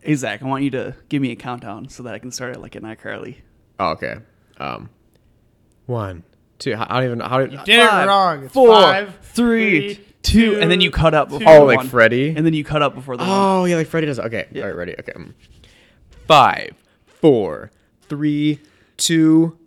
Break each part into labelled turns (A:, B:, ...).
A: Hey Zach, I want you to give me a countdown so that I can start it like an iCarly.
B: Oh, okay. Um,
C: One.
B: two. I don't even. How did?
C: Did
A: Five,
C: it wrong. It's
A: Four,
C: five,
A: three,
C: three,
A: two,
C: two,
A: and then you cut up before
B: Oh,
A: the
B: like
A: one.
B: Freddy?
A: And then you cut up before the one.
B: Oh, yeah, like Freddy does. Okay. All right, ready. Okay. mm. Five, four, three, two.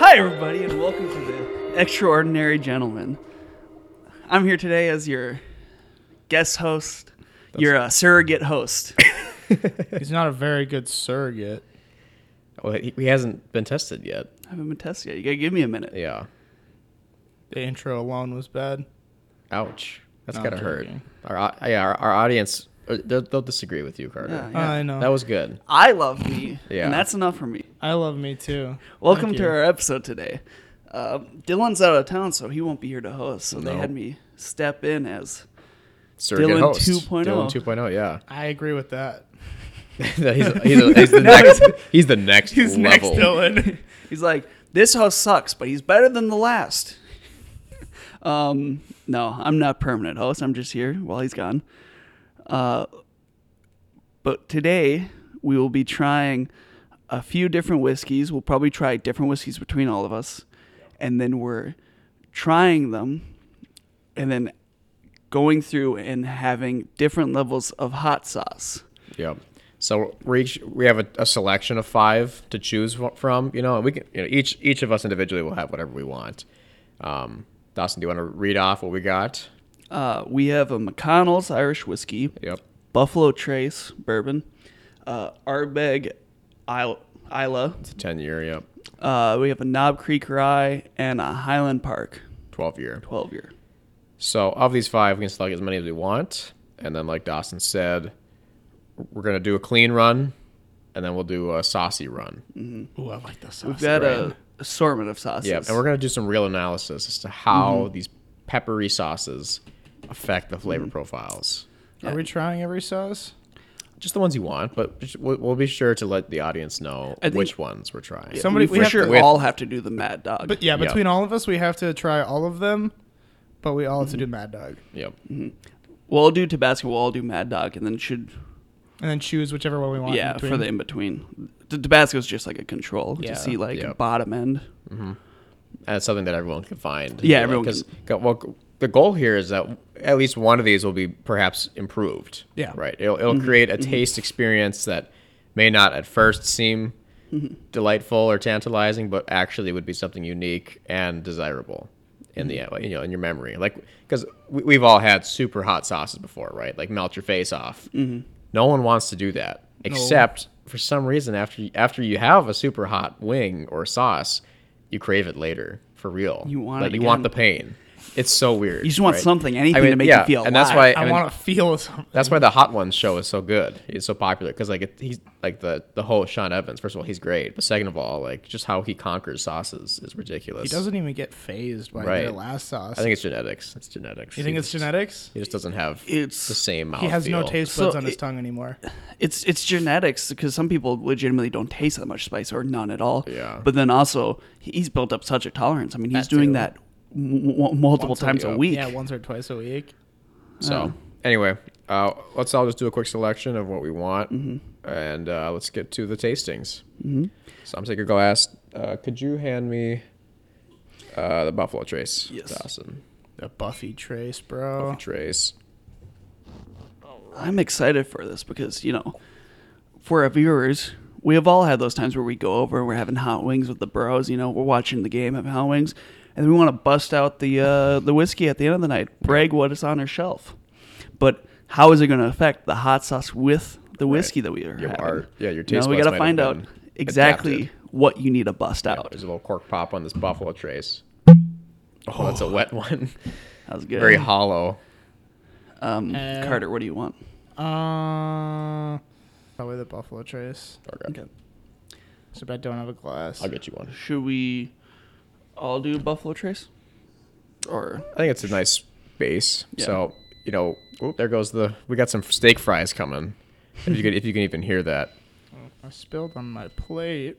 A: Hi everybody and welcome to the Extraordinary Gentleman. I'm here today as your guest host, your uh, surrogate host.
C: He's not a very good surrogate.
B: Well, Oh, he, he hasn't been tested yet.
A: I haven't been tested yet. You gotta give me a minute.
B: Yeah.
C: The intro alone was bad.
B: Ouch. That's
C: No,
B: gotta
C: I'm
B: hurt.
C: joking.
B: Our, au- yeah, our, our audience, uh, they'll, they'll disagree with you, Carter.
A: Uh, Yeah,
C: I know.
B: That was good.
A: I love me,
B: Yeah.
A: and that's enough for me.
C: I love me too.
A: Welcome
C: Thank
A: to
C: you.
A: our episode today. Uh, Dylan's out of town, so he won't be here to host. So they
B: No.
A: had me step in as
B: Surrogate
A: Dylan
B: host.
A: 2.0.
C: oh.
B: Dylan 2.0, yeah.
C: I agree with that.
B: he's, he's, he's, the next, he's the next level.
C: Dylan.
A: he's like, "This host sucks, but he's better than the last." um, no, I'm not permanent host. I'm just here while he's gone. Uh, but today we will be trying a few different whiskeys. We'll probably try different whiskeys between all of us, and then we're trying them, and then going through and having different levels of hot sauce.
B: Yep. So we're each we have a, a selection of five to choose wh- from. You know, and we can you know each each of us individually will have whatever we want. Um, Dawson, do you want to read off what we got?
A: Uh, we have a McConnell's Irish whiskey.
B: Yep.
A: Buffalo Trace bourbon, uh, Arbeg Isle- Isla.
B: It's a ten year. Yep.
A: Uh, we have a Knob Creek Rye and a Highland Park
B: Twelve year.
A: 12 year.
B: So of these five, we can select as many as we want, and then like Dawson said, we're gonna do a clean run, and then we'll do a saucy run.
C: Ooh, I like this.
A: We've got a assortment of sauces.
B: Yep. And we're gonna do some real analysis as to how these peppery sauces affect the flavor profiles.
C: Are we trying every sauce?
B: just the ones you want, but just- we'll we'll be sure to let the audience know
A: I think-
B: which ones we're trying.
A: Yeah,
B: Yeah,
C: Somebody-
A: we
C: we
A: for
C: have
A: sure
C: to-
B: With-
A: all have to do the Mad Dog.
C: But yeah,
B: Yeah.
C: between all of us, we have to try all of them, but we all have to do Mad Dog
B: yep.
A: we'll all do Tabasco, we'll all do Mad Dog, and then should,
C: and then choose whichever one we want. in
A: yeah, for
C: between.
A: the in between. The Tabasco's just like a control
B: Yeah.
A: to see like
B: Yep.
A: bottom end.
B: And it's something that everyone can find.
A: Yeah, everyone
B: Because well, the goal here is that at least one of these will be perhaps improved.
C: Yeah.
B: Right. It'll, it'll
A: Mm-hmm.
B: create a taste experience that may not at first seem delightful or tantalizing, but actually would be something unique and desirable in the
A: Mm-hmm.
B: you know in your memory. Like because we, we've all had super hot sauces before, right? Like melt your face off.
A: Mm-hmm.
B: No one wants to do that except for some reason after after you have a super hot wing or sauce, you crave it later for real.
A: You want
B: like
A: it
B: you want the
A: again.
B: pain. It's so weird.
A: You just want something, anything to make you feel
B: and that's why
A: alive.
C: I,
B: I mean,
C: want to feel something.
B: that's why the Hot Ones show is so good. It's so popular because like it, he's like the the whole Sean Evans. First of all, he's great, but second of all, like just how he conquers sauces is ridiculous.
C: He doesn't even get phased by
B: Right.
C: the last sauce.
B: I think it's genetics. It's genetics.
C: you think
B: He
C: it's
B: just-
C: genetics?
B: He just doesn't have
A: It's-
B: the same.
C: He has no
B: mouthfeel.
C: taste
A: So
C: buds on his
A: it-
C: tongue anymore.
A: it's it's genetics because some people legitimately don't taste that much spice or none at all.
B: Yeah.
A: But then also he- he's built up such a tolerance. I mean, he's
B: That
A: doing
B: too.
A: that m- m- multiple
B: Once a-
A: times a,
B: yeah.
A: week.
C: Yeah, once or twice a week.
B: So anyway, uh, let's all just do a quick selection of what we want,
C: Mm-hmm.
B: and uh, let's get to the tastings. Mm-hmm. So I'm taking a glass. Uh, could you hand me uh, the Buffalo Trace,
A: Yes.
B: Dawson?
C: The Buffy Trace, bro.
B: Trace.
A: I'm excited for this because you know, for our viewers, we have all had those times where we go over and we're having hot wings with the bros. You know, we're watching the game, having hot wings, and we want to bust out the uh, the whiskey at the end of the night, brag what is on our shelf. But how is it going to affect the hot sauce with the whiskey that we are
B: Your
A: having?
B: art- yeah, your
A: You
B: taste
A: know, we
B: buds
A: got
B: might
A: to
B: have
A: find out
B: been
A: exactly
B: adapted.
A: what you need to bust out.
B: There's a little cork pop on this Buffalo Trace. Oh, that's a wet one.
A: That was good.
B: Very hollow.
A: Um,
C: Uh,
A: Carter, what do you want?
C: Uh, probably the Buffalo Trace.
B: Okay.
C: Except I don't have a glass.
B: I'll get you one.
A: Should we all do Buffalo Trace? Or
B: I think it's a nice base.
A: Yeah.
B: So you know, there goes the. We got some steak fries coming. If you can, if you can even hear that.
C: I spilled on my plate.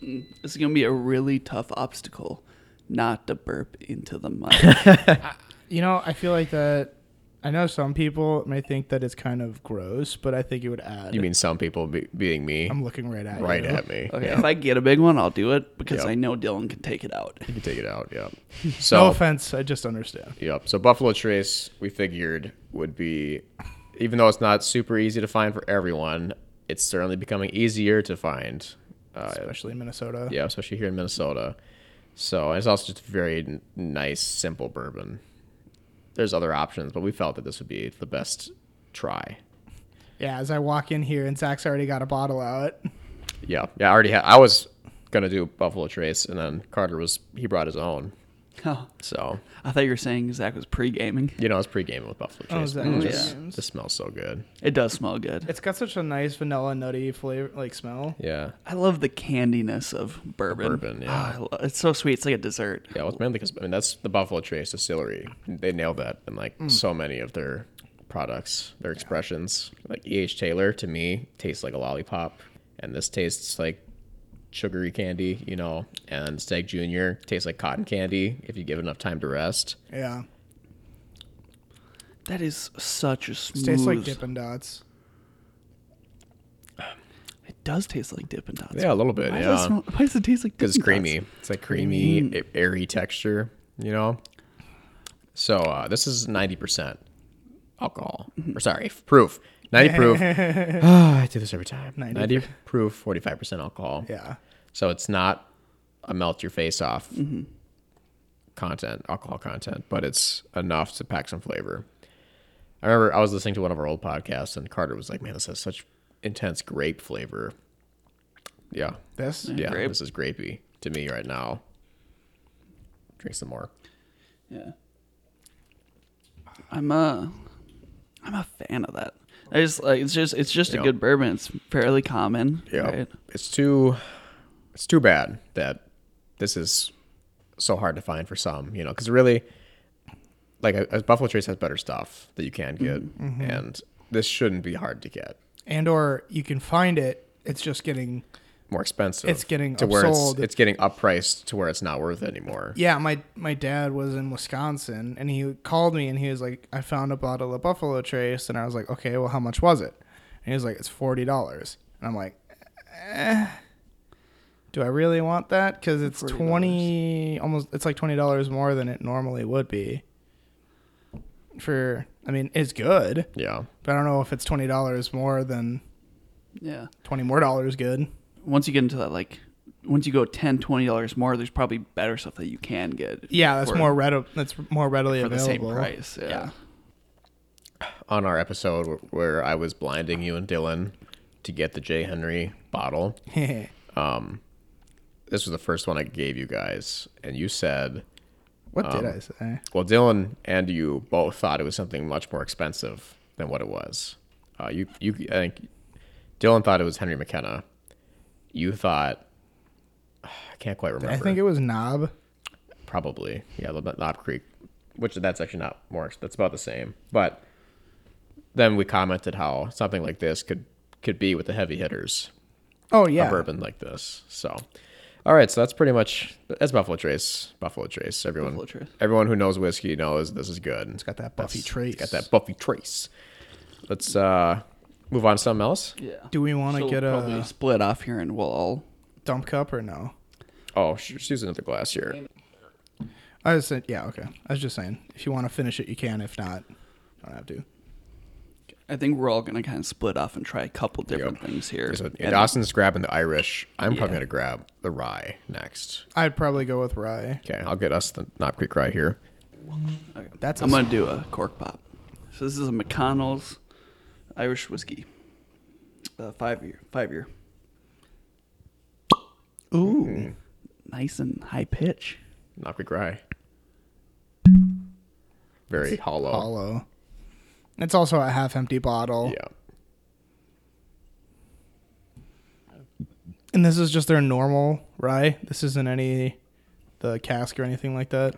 A: this is gonna be a really tough obstacle, not to burp into the mic.
C: You know, I feel like that. I know some people may think that it's kind of gross, but I think it would add.
B: You mean some people be, being me,
C: I'm looking right at
B: right
C: you.
B: at me?
A: okay,
B: Yeah.
A: if I get a big one, I'll do it because
B: Yeah.
A: I know Dylan can take it out.
B: You can take it out. Yeah.
C: No
B: So
C: offense, I just understand.
B: Yep. So Buffalo Trace, we figured, would be, even though it's not super easy to find for everyone, it's certainly becoming easier to find. Uh,
C: Especially in Minnesota.
B: yeah, especially here in Minnesota. So and it's also just very n- nice, simple bourbon. There's other options, but we felt that this would be the best try.
C: Yeah, as I walk in here and Zach's already got a bottle out.
B: Yeah. Yeah. I already had. I was gonna do Buffalo Trace, and then Carter was he brought his own.
A: Oh,
B: So
A: I thought you were saying Zach was pre gaming.
B: you know, I was pre-gaming with Buffalo
C: Oh,
B: Trace.
C: is that
B: Mm,
C: what
A: it
B: this-
C: is?
B: this smells so good.
A: It does smell good.
C: It's got such a nice vanilla nutty flavor, like smell.
B: Yeah.
A: I love the candiness of bourbon.
B: Bourbon, yeah.
A: Ah, I lo- it's so sweet. It's like a dessert.
B: Yeah, well, it's mainly because I mean that's the Buffalo Trace Distillery. They nailed that in like so many of their products, their expressions. Like E. H. Taylor to me tastes like a lollipop, and this tastes like sugary candy, you know. And Steg Junior tastes like cotton candy if you give it enough time to rest.
C: Yeah.
A: That is such a
C: It
A: smooth.
C: tastes like Dippin' Dots.
A: It does taste like Dippin' Dots.
B: Yeah, a little bit.
A: Why does, it
B: yeah,
A: smell, why does it taste like
B: because it's
A: Dippin' Dots?
B: creamy. It's like creamy, a- airy texture, you know. So uh, this is ninety percent alcohol. Or sorry, f- proof. Ninety proof. Ah, I do this every time.
C: 90.
B: 90, proof, forty-five percent alcohol.
C: Yeah.
B: So it's not a melt your face off content, alcohol content, but it's enough to pack some flavor. I remember I was listening to one of our old podcasts, and Carter was like, "Man, this has such intense grape flavor." Yeah,
C: This?
B: yeah,
A: grape.
B: this is grapey to me right now. Drink some more.
A: Yeah. I'm a, I'm a fan of that. I just like it's just it's just
B: Yeah.
A: a good bourbon. It's fairly common.
B: Yeah,
A: Right?
B: it's too, it's too bad that this is so hard to find for some. You know, because really, like as Buffalo Trace has better stuff that you can get,
C: Mm-hmm.
B: and this shouldn't be hard to get.
C: And or you can find it. It's just getting.
B: More expensive.
C: It's getting
B: to where it's,
C: upsold.
B: it's getting uppriced to where it's not worth it anymore.
C: Yeah, my my dad was in Wisconsin and he called me and he was like, I found a bottle of Buffalo Trace and I was like, okay, well, how much was it? And he was like, it's forty dollars. And I'm like, eh, do I really want that? Because it's
A: $40.
C: twenty, almost it's like twenty dollars more than it normally would be. For I mean, it's good,
B: Yeah.
C: but I don't know if it's twenty dollars more than
A: Yeah.
C: twenty more dollars good.
A: Once you get into that like once you go 10 20 dollars more there's probably better stuff that you can get
C: Yeah, that's
A: for-
C: more read, that's more readily
A: for the
C: available
A: same price yeah,
C: Yeah.
B: On our episode wh- where I was blinding you and Dylan to get the J Henry bottle, um, this was the first one I gave you guys, and you said
C: what
A: Um,
C: did I say?
B: Well, Dylan and you both thought it was something much more expensive than what it was. Uh, you, you, I think Dylan thought it was Henry McKenna. You thought I can't quite remember.
C: I think it was Knob.
B: probably yeah, the Knob Creek, which that's actually not more. ex- That's about the same. But then we commented how something like this could could be with the heavy hitters,
C: Oh yeah,
B: a bourbon like this. So, all right, so that's pretty much that's Buffalo Trace. Buffalo Trace. Everyone,
A: Buffalo Trace.
B: everyone who knows whiskey knows this is good. It's got
C: that Buffy
B: Trace. It's got
C: Trace.
B: that Buffy Trace. Let's uh move on to something else.
A: Yeah.
C: Do we want to
A: She'll
C: get a
A: probably split off here and we'll all
C: dump cup or no?
B: Oh, sh- she's using another glass here.
C: I was saying, yeah, okay. I was just saying, if you want to finish it, you can. If not, you don't have to.
A: I think we're all gonna kind of split off and try a couple different things here.
B: So,
A: And-
B: Austin's grabbing the Irish. I'm probably
A: Yeah.
B: gonna grab the rye next.
C: I'd probably go with rye.
B: Okay, I'll get us the Knob Creek rye here.
C: That's a
A: I'm gonna do a cork pop. So this is a McConnell's Irish whiskey, uh, five year, five year. Ooh, nice and high pitch.
B: Knob Creek rye. Very hollow.
C: hollow. It's also a half empty
B: Oh.
C: bottle.
B: Yeah.
C: And this is just their normal rye. This isn't any the cask or anything like that.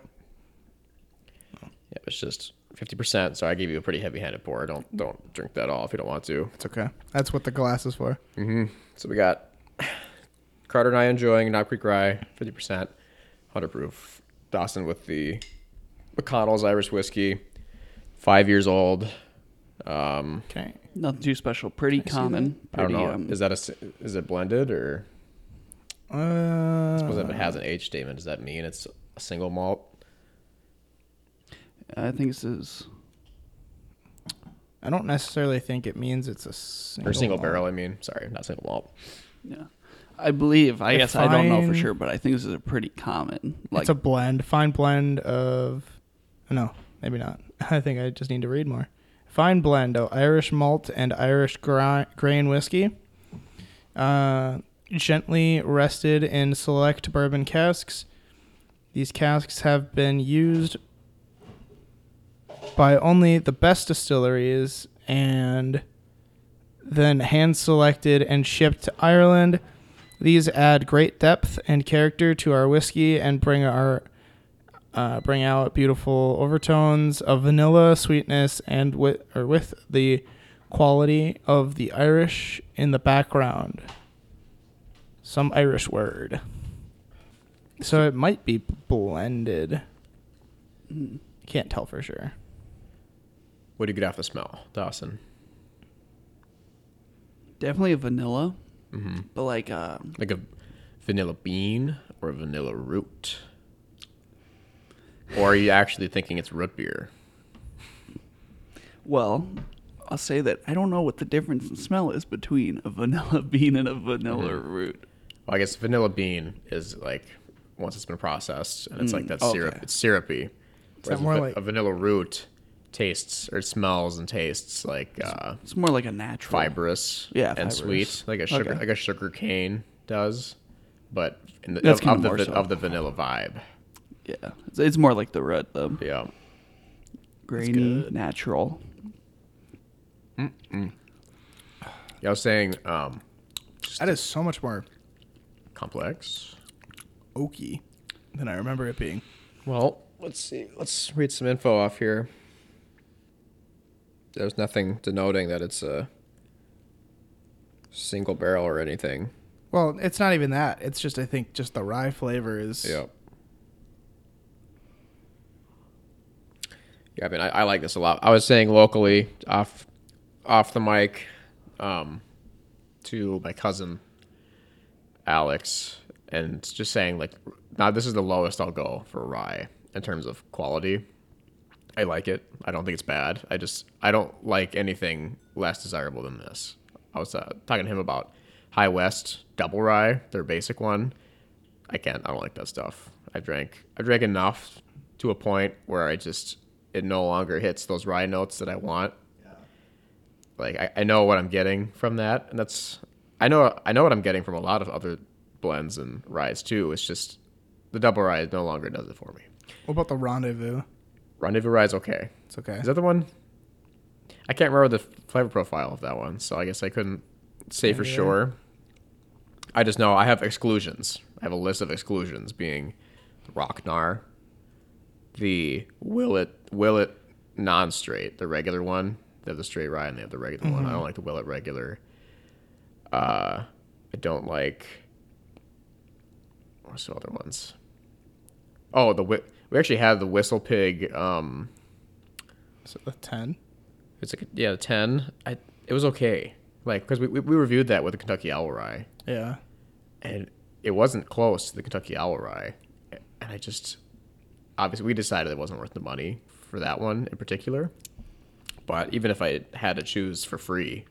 B: Yeah, it's just fifty percent. So I gave you a pretty heavy-handed pour. Don't don't drink that all if you don't want to.
C: It's okay. That's what the glass is for.
B: Mm. So we got Carter and I enjoying Knob Creek Rye, fifty percent, hundred proof. Dawson with the McConnell's Irish whiskey, five years old. Um,
C: Okay.
A: Nothing too special. Pretty common.
B: I don't
A: Pretty,
B: know.
A: um,
B: is that a s- is it blended or
C: Uh,
B: was it, it has an age statement? Does that mean it's a single malt?
A: I think this is
C: I don't necessarily think it means it's a single,
B: Or single
C: malt.
B: barrel, I mean. Sorry, not single malt.
A: yeah. I believe. I
C: If
A: guess I don't know for
C: I-
A: sure, but I think this is a pretty common. Like
C: it's a blend, fine blend of. No, maybe not. I think I just need to read more. Fine blend of Irish malt and Irish gri- grain whiskey. Uh, gently rested in select bourbon casks. These casks have been used by only the best distilleries and then hand selected and shipped to Ireland. These add great depth and character to our whiskey and bring our uh, bring out beautiful overtones of vanilla sweetness and with or with the quality of the Irish in the background. Some Irish word. So it might be blended.
A: mm,
C: Can't tell for sure.
B: What do you get off the smell, Dawson?
A: definitely a vanilla, but like uh,
B: Like a vanilla bean or a vanilla root? Or are you actually thinking it's root beer?
A: well, I'll say that I don't know what the difference in smell is between a vanilla bean and a vanilla root.
B: Well, I guess vanilla bean is like once it's been processed and it's like that syrup.
A: Mm, okay.
B: It's syrupy. Whereas
C: more
B: a, va-
C: like-
B: a vanilla root tastes or smells and tastes like uh,
A: It's more like a natural
B: fibrous,
A: Yeah, fibrous.
B: and sweet, like a sugar,
A: Okay.
B: like a sugar cane does, but in the,
A: That's
B: of, of
A: kinda
B: the
A: more
B: va-
A: so.
B: of the vanilla vibe.
A: Yeah, it's, it's more like the red, the
B: Yeah,
A: grainy, natural.
B: yeah. I was saying um,
C: That is so much more
B: complex.
C: oaky than I remember it being.
B: Well, let's see. Let's read some info off here. There's nothing denoting that it's a single barrel or anything.
C: Well, it's not even that. It's just I think just the rye flavor is
B: Yeah. Yeah, I mean, I, I like this a lot. I was saying locally, off, off the mic, um, to my cousin, Alex, and just saying like, now this is the lowest I'll go for rye in terms of quality. I like it. I don't think it's bad. I just I don't like anything less desirable than this. I was uh, talking to him about High West Double Rye, their basic one. I can't. I don't like that stuff. I drank. I drank enough to a point where I just it no longer hits those rye notes that I want. Like I, I know what I'm getting from that, and that's I know I know what I'm getting from a lot of other blends and ryes too. It's just the double rye no longer does it for me.
C: What about the rendezvous?
B: Rendezvous rye is okay.
C: It's okay.
B: Is that the one? I can't remember the flavor profile of that one, so I guess I couldn't say for sure. I just know I have exclusions. I have a list of exclusions being Rocknar, the Willet Willet non straight, the regular one. They have the straight rye and they have the regular one. I don't like the Willet regular. Uh, I don't like what's the other ones? Oh, the Whi- we actually have the Whistle Pig um,
C: Is it the ten?
B: it's like yeah, ten. I it was okay. Like because we, we we reviewed that with the Kentucky Owl Rye,
C: Yeah.
B: and it wasn't close to the Kentucky Owl Rye, and I just obviously we decided it wasn't worth the money for that one in particular. But even if I had to choose for free,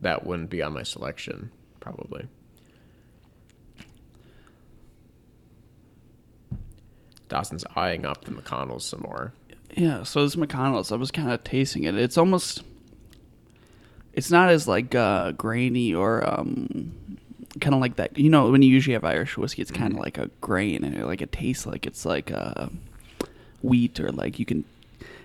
B: that wouldn't be on my selection probably. Dawson's eyeing up the McConnells some more.
A: Yeah, so this McConnell's, I was kind of tasting it. It's almost, it's not as like uh, grainy or um, kind of like that. You know, when you usually have Irish whiskey, it's
B: Mm-hmm.
A: kind of like a grain and it, like it tastes like it's like uh, wheat or like you can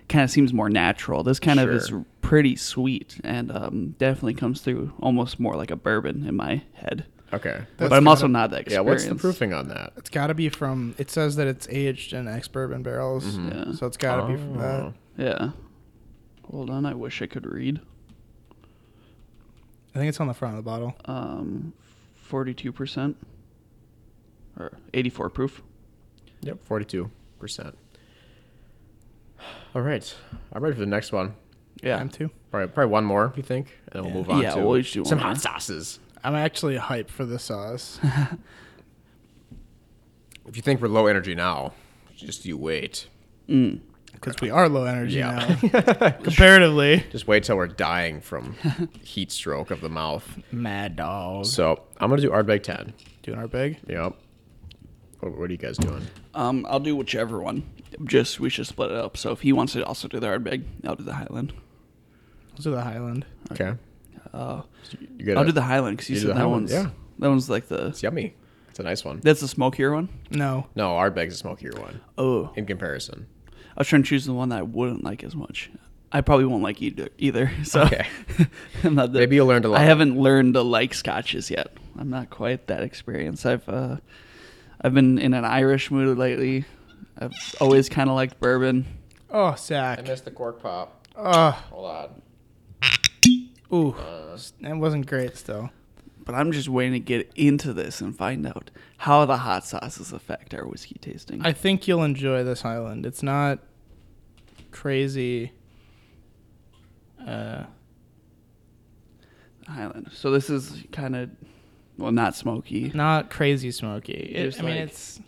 A: kind of seems more natural. This kind of is
B: Sure.
A: pretty sweet and um, definitely comes through almost more like a bourbon in my head.
B: Okay.
A: but I'm
C: got
A: also
C: it.
A: not that
B: yeah.
A: experienced.
B: What's the proofing on that?
C: It's got to be from. It says that it's aged in ex bourbon barrels,
A: Yeah.
C: so it's got to be from
A: Oh.
C: that.
A: Yeah. Hold on, I wish I could read.
C: I think it's on the front of the bottle.
A: Um, 42% or 84 proof.
B: Yep. Forty-two percent. All right. I'm ready for the next one.
A: Yeah.
C: I'm too.
B: Probably, probably one more, you think, and then we'll move on
A: Yeah,
B: to
A: we'll each do
B: some
A: one
B: hot
A: more.
B: sauces.
C: I'm actually hyped for the sauce.
B: If you think we're low energy now, just you wait.
C: because we are low energy
B: Yeah.
C: now, comparatively.
B: Just wait till we're dying from heat stroke of the mouth.
C: Mad dog.
B: So I'm gonna do Ardbeg ten.
C: Doing our big.
B: Yep. What, what are you guys doing?
A: Um, I'll do whichever one. Just we should split it up. So if he wants to also do the Ardbeg, I'll do the Highland.
C: Let's do the Highland.
B: Okay.
A: Uh,
B: You got
A: I'll do the Highland because you,
B: you do
A: said
B: the
A: that
B: Highland,
A: one's
B: yeah.
A: that one's like the
B: It's yummy. It's a nice one.
A: that's the smokier one.
C: No,
B: No, Ardbeg's a smokier one
A: Oh,
B: in comparison.
A: I was trying to choose the one that I wouldn't like as much. I probably won't like either. Either. So
B: Okay.
A: I'm not the-
B: Maybe you'll learn to like
A: I
B: it.
A: haven't learned to like scotches yet. I'm not quite that experienced. I've uh, I've been in an Irish mood lately. I've always kind of liked bourbon.
C: Oh, sack.
B: missed the cork pop.
C: Oh,
B: Hold on.
C: ooh. That wasn't great still.
A: But I'm just waiting to get into this and find out how the hot sauces affect our whiskey tasting.
C: I think you'll enjoy this Highland. It's not crazy. Uh,
A: Highland. So this is kind of well, not smoky.
C: not crazy smoky. It-
A: Just
C: I mean,
A: like-
C: it's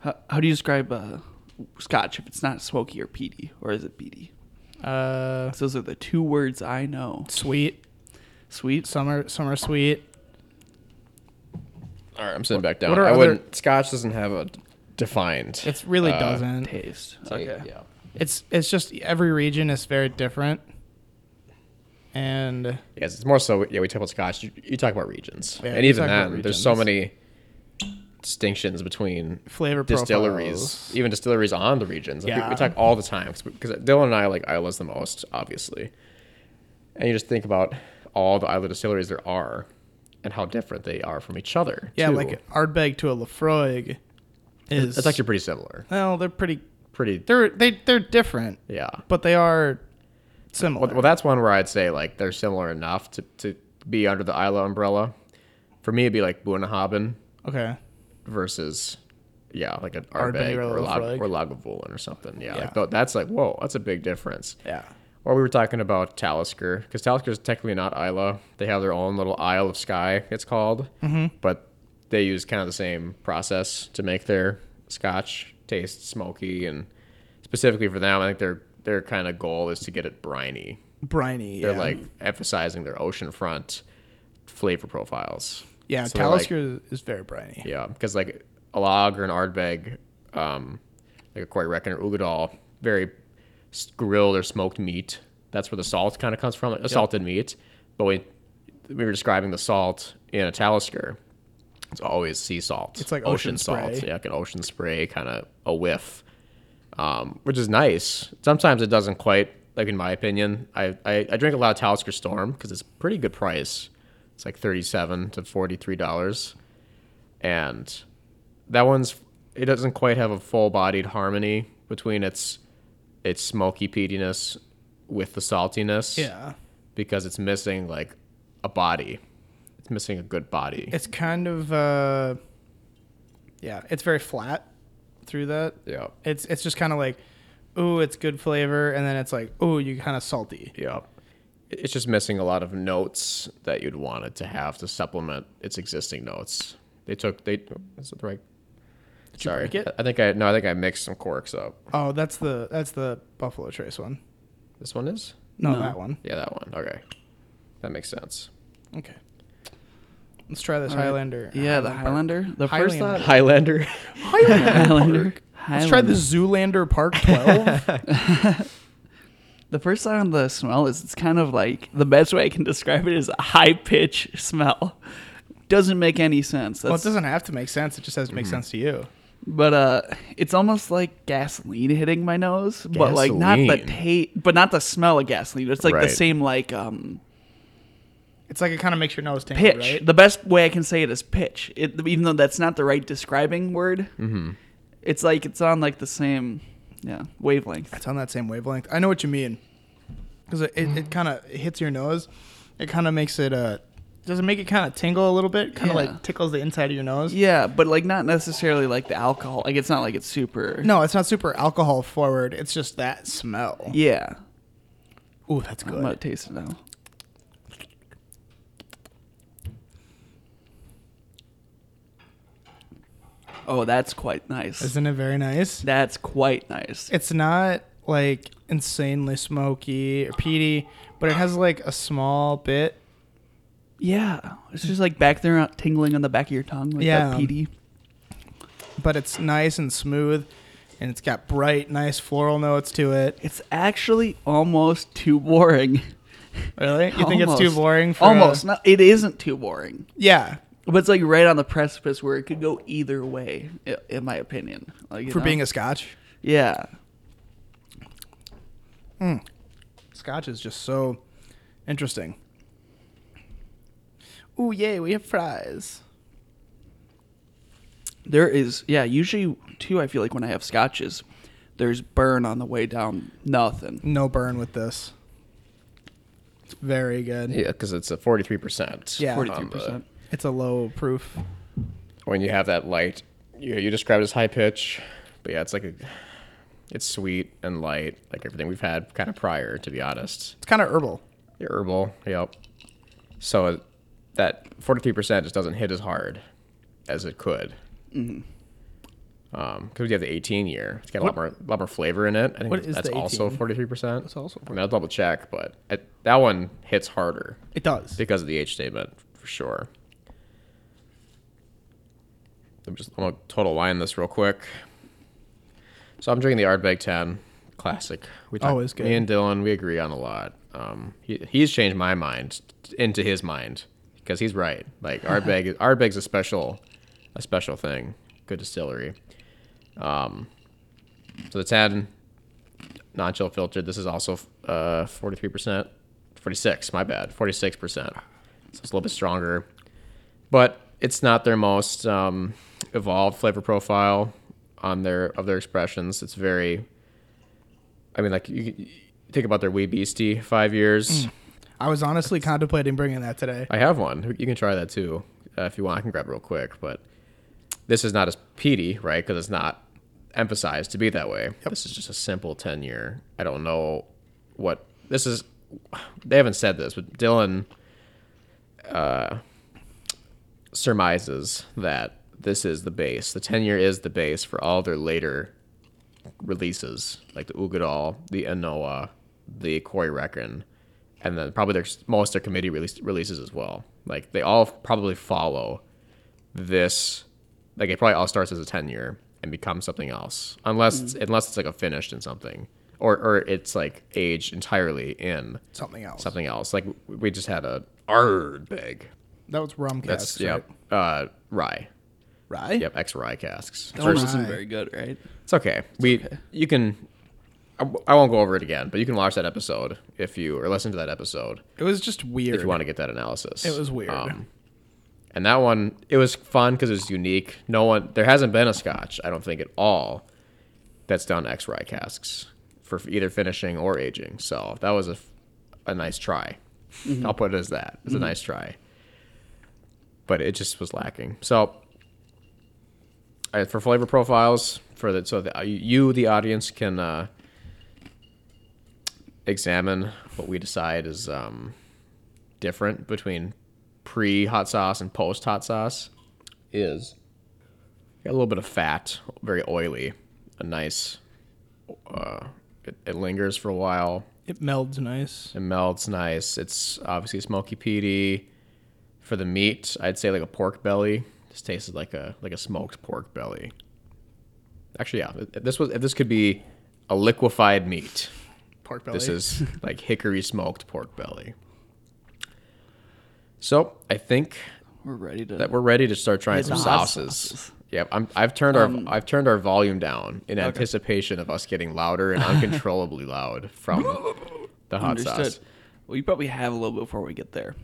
A: How, how do you describe uh, scotch if it's not smoky or peaty, or is it peaty?
C: uh,
A: Those are the two words I know.
C: sweet.
A: Sweet.
C: Summer, summer sweet.
B: All right, I'm sitting back down.
C: what are
B: I
C: other-
B: wouldn't. Scotch doesn't have a defined.
C: It really
B: uh,
C: doesn't.
A: Taste.
B: take,
A: Okay.
B: Yeah.
C: It's it's just every region is very different. And
B: Yes, it's more so. Yeah, we talk about Scotch. You, you talk about regions,
C: Yeah,
B: and
C: you
B: even
C: talk about
B: then, there's so
C: regions.
B: many distinctions between
C: flavor
B: distilleries,
C: profiles.
B: even distilleries on the regions. Like, we- we,
C: Yeah.
B: talk all the time because Dylan and I like Islas the most, obviously. And you just think about all the Isla distilleries there are, and how different they are from each other.
C: Yeah,
B: too.
C: like Ardbeg to a Lafroig is
B: it's actually pretty similar.
C: well, they're pretty
B: Pretty.
C: they're they they're different,
B: Yeah.
C: but they are similar.
B: Well, well, that's one where I'd say like they're similar enough to, to be under the Isla umbrella. For me, it'd be like Buenahaben
C: okay.
B: versus, yeah, like an Ardbeg
C: Ardbeg or
B: or,
C: a
B: Lag-
C: Lafroig.
B: or Lagavulin or something. Yeah,
C: Yeah.
B: Like, th- that's like whoa, that's a big difference.
C: Yeah.
B: Or we were talking about Talisker because Talisker is technically not Isla. They have their own little Isle of Sky, it's called, mm-hmm. but they use kind of the same process to make their Scotch taste smoky and specifically for them, I think their their kind of goal is to get it briny.
C: Briny.
B: They're
C: yeah.
B: like emphasizing their oceanfront flavor profiles.
C: Yeah,
B: So they're like-
C: Talisker is very briny.
B: yeah, because like a log or an Ardbeg, um, like a Corey Reckon or Ugadal, very s- grilled or smoked meat. That's where the salt kind of comes from, like, salted meat. But we we were describing the salt in a Talisker. It's always sea salt.
C: It's like ocean spray.
B: Yeah, like an ocean spray kind of a whiff, um, which is nice. Sometimes it doesn't quite. Like in my opinion, I, I, I drink a lot of Talisker Storm because it's a pretty good price. It's like thirty seven to forty three dollars and that one's it doesn't quite have a full-bodied harmony between its its smoky peatiness with the saltiness
C: Yeah.
B: because it's missing like a body it's missing a good body
C: It's kind of uh yeah, it's very flat through that.
B: yeah
C: It's it's just kind of like ooh, it's good flavor and then it's like ooh, you kind of salty.
B: yeah It- it's just missing a lot of notes that you'd want it to have to supplement its existing notes they took they oh, is it the right sorry
C: break it?
B: i think i no i think i mixed some corks up
C: Oh, that's the that's the Buffalo Trace one.
B: this one is
C: No,
A: No.
C: that one.
B: yeah that one okay that makes sense
C: Okay. Let's try this
A: All right.
C: Highlander.
A: Yeah, the Highlander. The first
C: Highlander.
A: thought.
B: highlander
A: Highlander.
C: Let's try the Zoolander Park 12.
A: The first thought on the smell is it's kind of like the best way I can describe it is a high pitch smell. Doesn't make any sense.
C: well, it
A: That's, Mm-hmm.
C: doesn't have to make sense. It just has to make sense to you.
A: But uh, it's almost like gasoline hitting my nose, but like not the
B: Gasoline.
A: taste, but not the smell of gasoline. It's like
B: Right.
A: the same like um
C: It's like it kind of makes your nose tingle,
A: pitch.
C: right?
A: The best way I can say it is pitch. It, even though that's not the right describing word,
B: Mm-hmm.
A: it's like it's on like the same yeah wavelength.
C: It's on that same wavelength. I know what you mean. Because it, it,
A: Mm.
C: it kind of hits your nose. It kind of makes it, uh, does it make it kind of tingle a little bit? Kind of
A: Yeah.
C: like tickles the inside of your nose?
A: Yeah, but like not necessarily like the alcohol. Like it's not like it's super.
C: No, it's not super alcohol forward. It's just that smell.
A: Yeah,
C: Ooh, that's
A: I'm gonna
C: good.
A: taste it now. Oh, that's quite nice.
C: Isn't it very nice?
A: That's quite nice.
C: It's not like insanely smoky or peaty, but it has like a small bit.
A: Yeah, it's just like back there, uh, tingling on the back of your tongue, like
C: Yeah.
A: that PD.
C: but it's nice and smooth and it's got bright nice floral notes to it
A: It's actually almost too boring.
C: really you think it's too
A: Almost.
C: boring for
A: almost?
C: a-
A: No, it isn't too boring,
C: yeah
A: but it's like right on the precipice where it could go either way, i- in my opinion. Like you
C: for
A: know?
C: being a scotch
A: yeah,
C: scotch is just so interesting Ooh, yay we have fries
A: there is yeah. Usually too, I feel like when I have scotches, there's burn on the way down. Nothing.
C: no burn with this it's very good
B: Yeah, because it's a forty-three percent. Um,
C: Yeah.
A: Forty three percent.
C: it's a low proof
B: When you have that light, you you described as high pitch, but yeah, it's like a, it's sweet and light, like everything we've had kind of prior. To be honest,
C: it's kind of herbal
B: the herbal, yep. So it- that forty-three percent just doesn't hit as hard as it could.
C: Mm-hmm.
B: Because we have the eighteen year, it's got a lot more, lot more flavor in it. I think
C: What is
B: that's
C: the
B: also
C: 18?
B: forty-three percent. That's
C: also
B: I mean, I'll double check, but it, that one hits harder.
C: it does
B: because of the age statement for sure. I'm just I'm gonna total line this real quick. So I'm drinking the Ardbeg 10 classic. We talked-
C: Always good.
B: Me and Dylan, we agree on a lot. Um, he, he's changed my mind into his mind because he's right. Like Ardbeg, Ardbeg's a special, a special thing. Good distillery. Um, So the 10 non chill filtered. This is also uh, 43%, 46, my bad, 46%. So it's a little bit stronger, but it's not their most um, evolved flavor profile on their of their expressions. It's very, I mean, like you, you think about their Wee Beastie five years.
C: i was honestly contemplating bringing that today
B: I have one. You can try that too uh, if you want. I can grab it real quick, but this is not as peaty, right? Because it's not emphasized to be that way. This is just a simple ten year. I don't know what this is. They haven't said this, but Dylan uh, surmises that this is the base. The ten year is the base for all their later releases, like the Ugadal, the Anoa, the Koi Reckon, and then probably their most of their committee release, releases as well. Like they all probably follow this. Like it probably all starts as a ten year and becomes something else, unless it's, unless it's like a finished in something, or or it's like aged entirely in
C: something else
B: something else. Like w- we just had a Ardbeg.
C: that was rum
B: That's
C: casks,
B: yep. Uh, rye.
C: right? Rye?
B: Yep, ex rye casks.
A: That one
B: First-
A: wasn't
C: Right.
A: very good, right?
B: it's okay. we you can. I, w- I won't go over it again, but you can watch that episode if you or listen to that episode
C: it was just weird
B: if you want to get that analysis. Um,
C: It was weird.
B: and that one, it was fun because it was unique. No one, there hasn't been a Scotch, I don't think at all, that's done ex rye casks for f- either finishing or aging. So that was a, f- a nice try.
C: Mm-hmm.
B: I'll put it as that. It's a nice try, but it just was lacking. So. uh, for flavor profiles, for the so the, uh, you the audience can uh, examine what we decide is um, different between pre hot sauce and post hot sauce is got a little bit of fat, very oily, a nice. Uh, it, it lingers for a while.
C: It melds nice.
B: It melts nice. It's obviously smoky peaty. For the meat, I'd say like a pork belly. This tasted like a like a smoked pork belly. Actually, yeah. If this was if this could be a liquefied meat.
C: Pork belly.
B: This is like hickory smoked pork belly. So I think
A: We're ready to
B: that we're ready to start trying
A: Hit
B: some
A: the hot
B: sauces.
A: sauces.
B: Yep, I'm, I've turned our I've turned our volume down in anticipation of us getting louder and uncontrollably loud from the hot
A: Understood.
B: sauce.
A: Well, you probably have a little before we get there.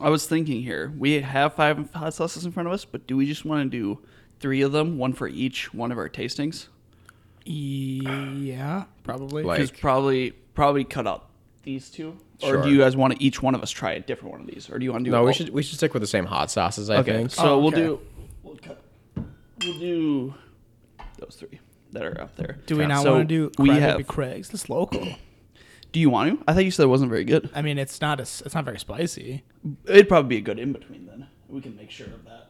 A: I was thinking here, we have five hot sauces in front of us, but do we just want to do three of them, one for each one of our tastings?
C: Yeah, probably.
B: Like-
A: Because probably probably cut out these two, or
B: Sure.
A: do you guys want to each one of us try a different one of these, or do you want to do?
B: No, we
A: all-
B: should we should stick with the same hot sauces. I
A: Okay, Uh,
B: think.
A: so
C: Oh,
A: we'll
C: okay.
A: do we'll, cut, we'll do those three that are up there.
C: do we not
A: So
C: want to do
A: we
C: Crab
A: have-
C: Baby Craig's? It's local.
A: Do you want to? I thought you said it wasn't very good.
C: I mean, it's not as it's not very spicy.
A: It'd probably be a good in between then. We can make sure of that.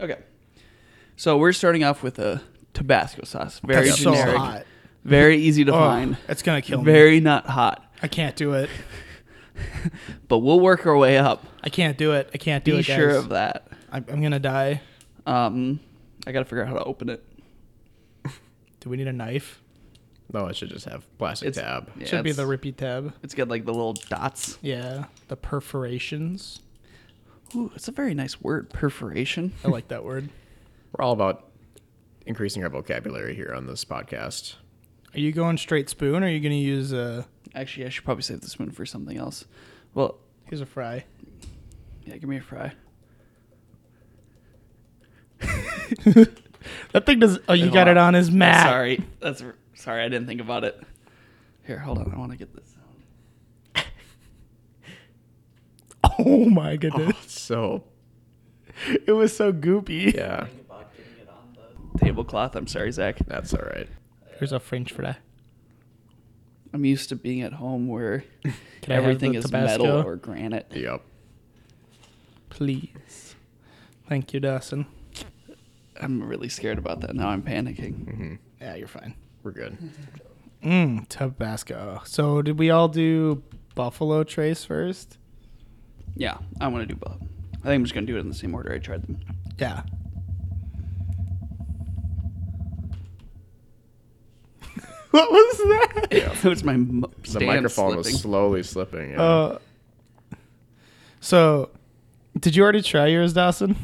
A: Okay. So we're starting off with a Tabasco sauce. Very
C: That's so
A: generic.
C: hot.
A: Very easy to
C: Oh,
A: find.
C: it's gonna kill me.
A: Very not hot.
C: I can't do it.
A: But we'll work our way up.
C: I can't do it. I can't do
A: Be
C: it, guys.
A: sure of that.
C: I'm, I'm gonna die.
A: Um, I gotta figure out how to open it.
C: Do we need a knife?
B: No, it should just have plastic
A: It's-
B: tab.
A: Yeah,
C: Should be
A: it's-
C: the rippy tab.
A: It's got like the little dots.
C: Yeah, the perforations.
A: Ooh, it's a very nice word, perforation.
C: I like that word.
B: We're all about increasing our vocabulary here on this podcast.
C: Are you going straight spoon? or Are you gonna use uh, a?
A: Actually, I should probably save this one for something else. Well,
C: Here's a fry.
A: yeah, give me a fry.
C: That thing does. Oh, you
A: Hold
C: got it on his mat.
A: Sorry, that's sorry. I didn't think about it. Here, hold on. I want to get this. sound.
C: Oh my goodness,
B: So
C: it was so goopy.
B: yeah,
A: Tablecloth. I'm sorry, Zach.
B: that's all right.
C: Here's a French fry.
A: I'm used to being at home where
C: Can I have
A: everything
C: the
A: is
C: Tabasco?
A: metal or granite.
B: Yep.
C: Please. Thank you, Dawson.
A: I'm really scared about that. Now I'm panicking.
C: Yeah, you're fine.
B: We're good.
C: Mm, Tabasco. So did we all do Buffalo Trace first?
A: Yeah, I want to do both. I think I'm just gonna do it in the same order I tried them.
C: Yeah. what was that?
A: it was my m-
B: The
A: stand
B: microphone
A: slipping.
B: was slowly slipping. yeah.
C: Uh, so, did you already try yours, Dawson?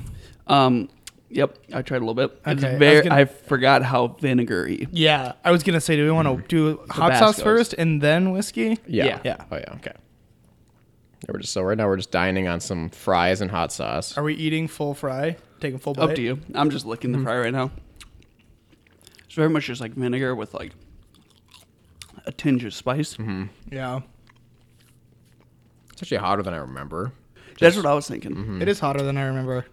A: Um, yep, I tried a little bit. It's
C: Okay, I was
A: very. I,
C: gonna-
A: forgot how vinegary.
C: Yeah, I was gonna say, do we want to do hot sauce
A: Tabascos.
C: first and then whiskey?
A: Mm.
B: Yeah.
A: Yeah.
C: Yeah.
B: Oh yeah. Okay. Yeah, We're just so right now we're just dining on some fries and hot sauce.
C: Are we eating full fry? Taking full bite.
A: Up to you. I'm just licking the
C: Mm-hmm.
A: fry right now. It's very much just like vinegar with like a tinge of spice.
B: Mm-hmm.
C: Yeah,
B: It's actually hotter than I remember.
A: That's what I was thinking.
B: Mm-hmm.
C: it is hotter than I remember.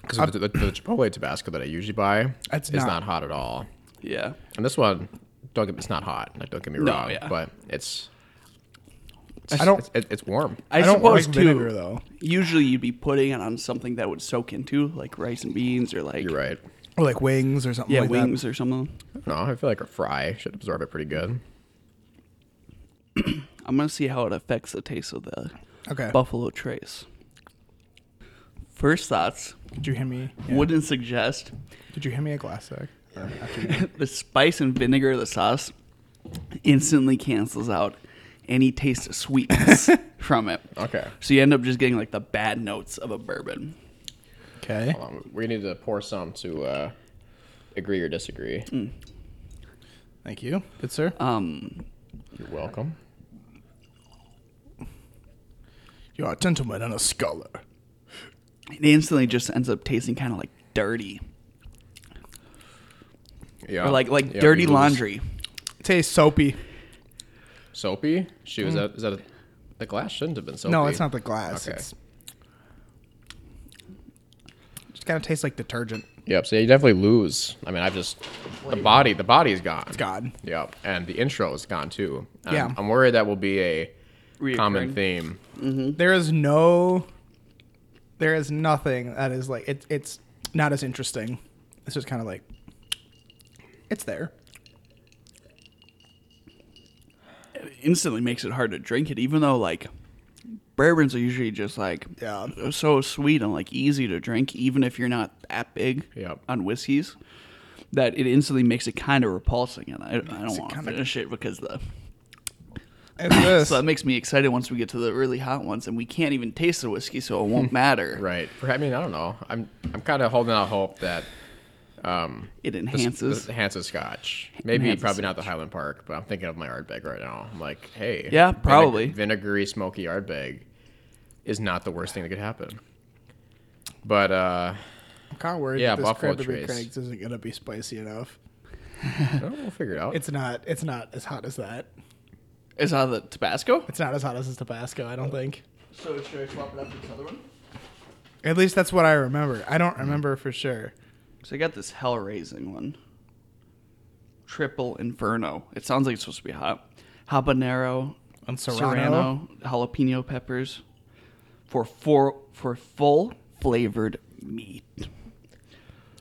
B: Because the, the, the Chipotle Tabasco that I usually buy
C: It's
B: is
C: Uh, not.
B: not. hot at all,
A: Yeah.
B: and this one, don't get, it's not hot. Like don't get me
A: No,
B: wrong,
A: yeah.
B: but it's.
C: I don't-
B: It's, it's, it's warm.
A: I,
C: don't
A: suppose
C: like
A: too,
C: vinegar though.
A: Usually you'd be putting it on something that would soak into, like rice and beans or like
B: You're right.
C: Or like wings or something.
A: yeah,
C: like that.
A: wings or something.
B: No, I feel like a fry should absorb it pretty good.
A: I'm gonna see how it affects the taste of the
C: Okay.
A: buffalo trace. First thoughts
C: Did you hand me?
A: wouldn't suggest
C: Did you hand me a glass sack?
A: the spice and vinegar of the sauce instantly cancels out any taste of sweetness from it.
B: Okay.
A: So you end up just getting like the bad notes of a bourbon.
C: Okay.
B: Hold on, we need to pour some to uh, agree or disagree.
C: Mm. Thank you. Good sir.
A: Um,
B: You're welcome.
C: you are a gentleman and a scholar.
A: it instantly just ends up tasting kind of like dirty,
B: Yeah.
A: or like like
B: Oh, Yeah, we
A: dirty
B: lose.
A: laundry.
C: Tastes soapy.
B: Soapy? Shoot, is that is that a, the glass shouldn't have been soapy?
C: No, it's not the glass.
B: Okay.
C: It's just kind of tastes like detergent.
B: Yep. So you definitely lose. I mean, I've just the body. The body is gone. It's
C: God.
B: Yep. And the intro is gone too. I'm,
C: Yeah.
B: I'm worried that will be a
A: Reoccurring.
B: common theme. Mm-hmm.
C: There is no there is nothing that is like it, it's not as interesting. It's just kind of like it's there.
A: instantly makes it hard to drink it, even though like bourbons are usually just like
C: Yeah.
A: so sweet and like easy to drink, even if you're not that big
B: Yep.
A: on whiskeys, that it instantly makes it kind of repulsing, and I, I don't
C: it
A: want to
C: kinda-
A: finish it because the
C: It's this.
A: So that makes me excited once we get to the really hot ones, and we can't even taste the whiskey, so it won't matter.
B: Right. For- I mean, I don't know. I'm I'm kind of holding out hope that um,
A: It
B: this-
A: enhances.
B: this enhances Scotch. Maybe
A: Enhances
B: probably not the Highland Park, but I'm thinking of my Ardbeg right now. I'm like, hey,
A: Yeah,
B: vineg-
A: probably.
B: vinegary smoky Ardbeg is not the worst thing that could happen. But uh,
C: I'm kind of worried.
B: Yeah,
C: that this
B: Buffalo
C: cranberry
B: Trace.
C: Craig's isn't gonna be spicy enough.
B: no, we'll figure it out.
C: It's not. It's not as hot as that.
A: Is that the Tabasco?
C: It's not as hot as this Tabasco.
B: Oh.
C: I don't think.
A: So should I swap it up to this other one?
C: At least that's what I remember. I
B: Mm-hmm.
C: don't remember for sure.
A: So I got this hell raising one. Triple Inferno. It sounds like it's supposed to be hot. Habanero,
C: On Serrano.
A: Serrano, jalapeno peppers for four for full flavored meat.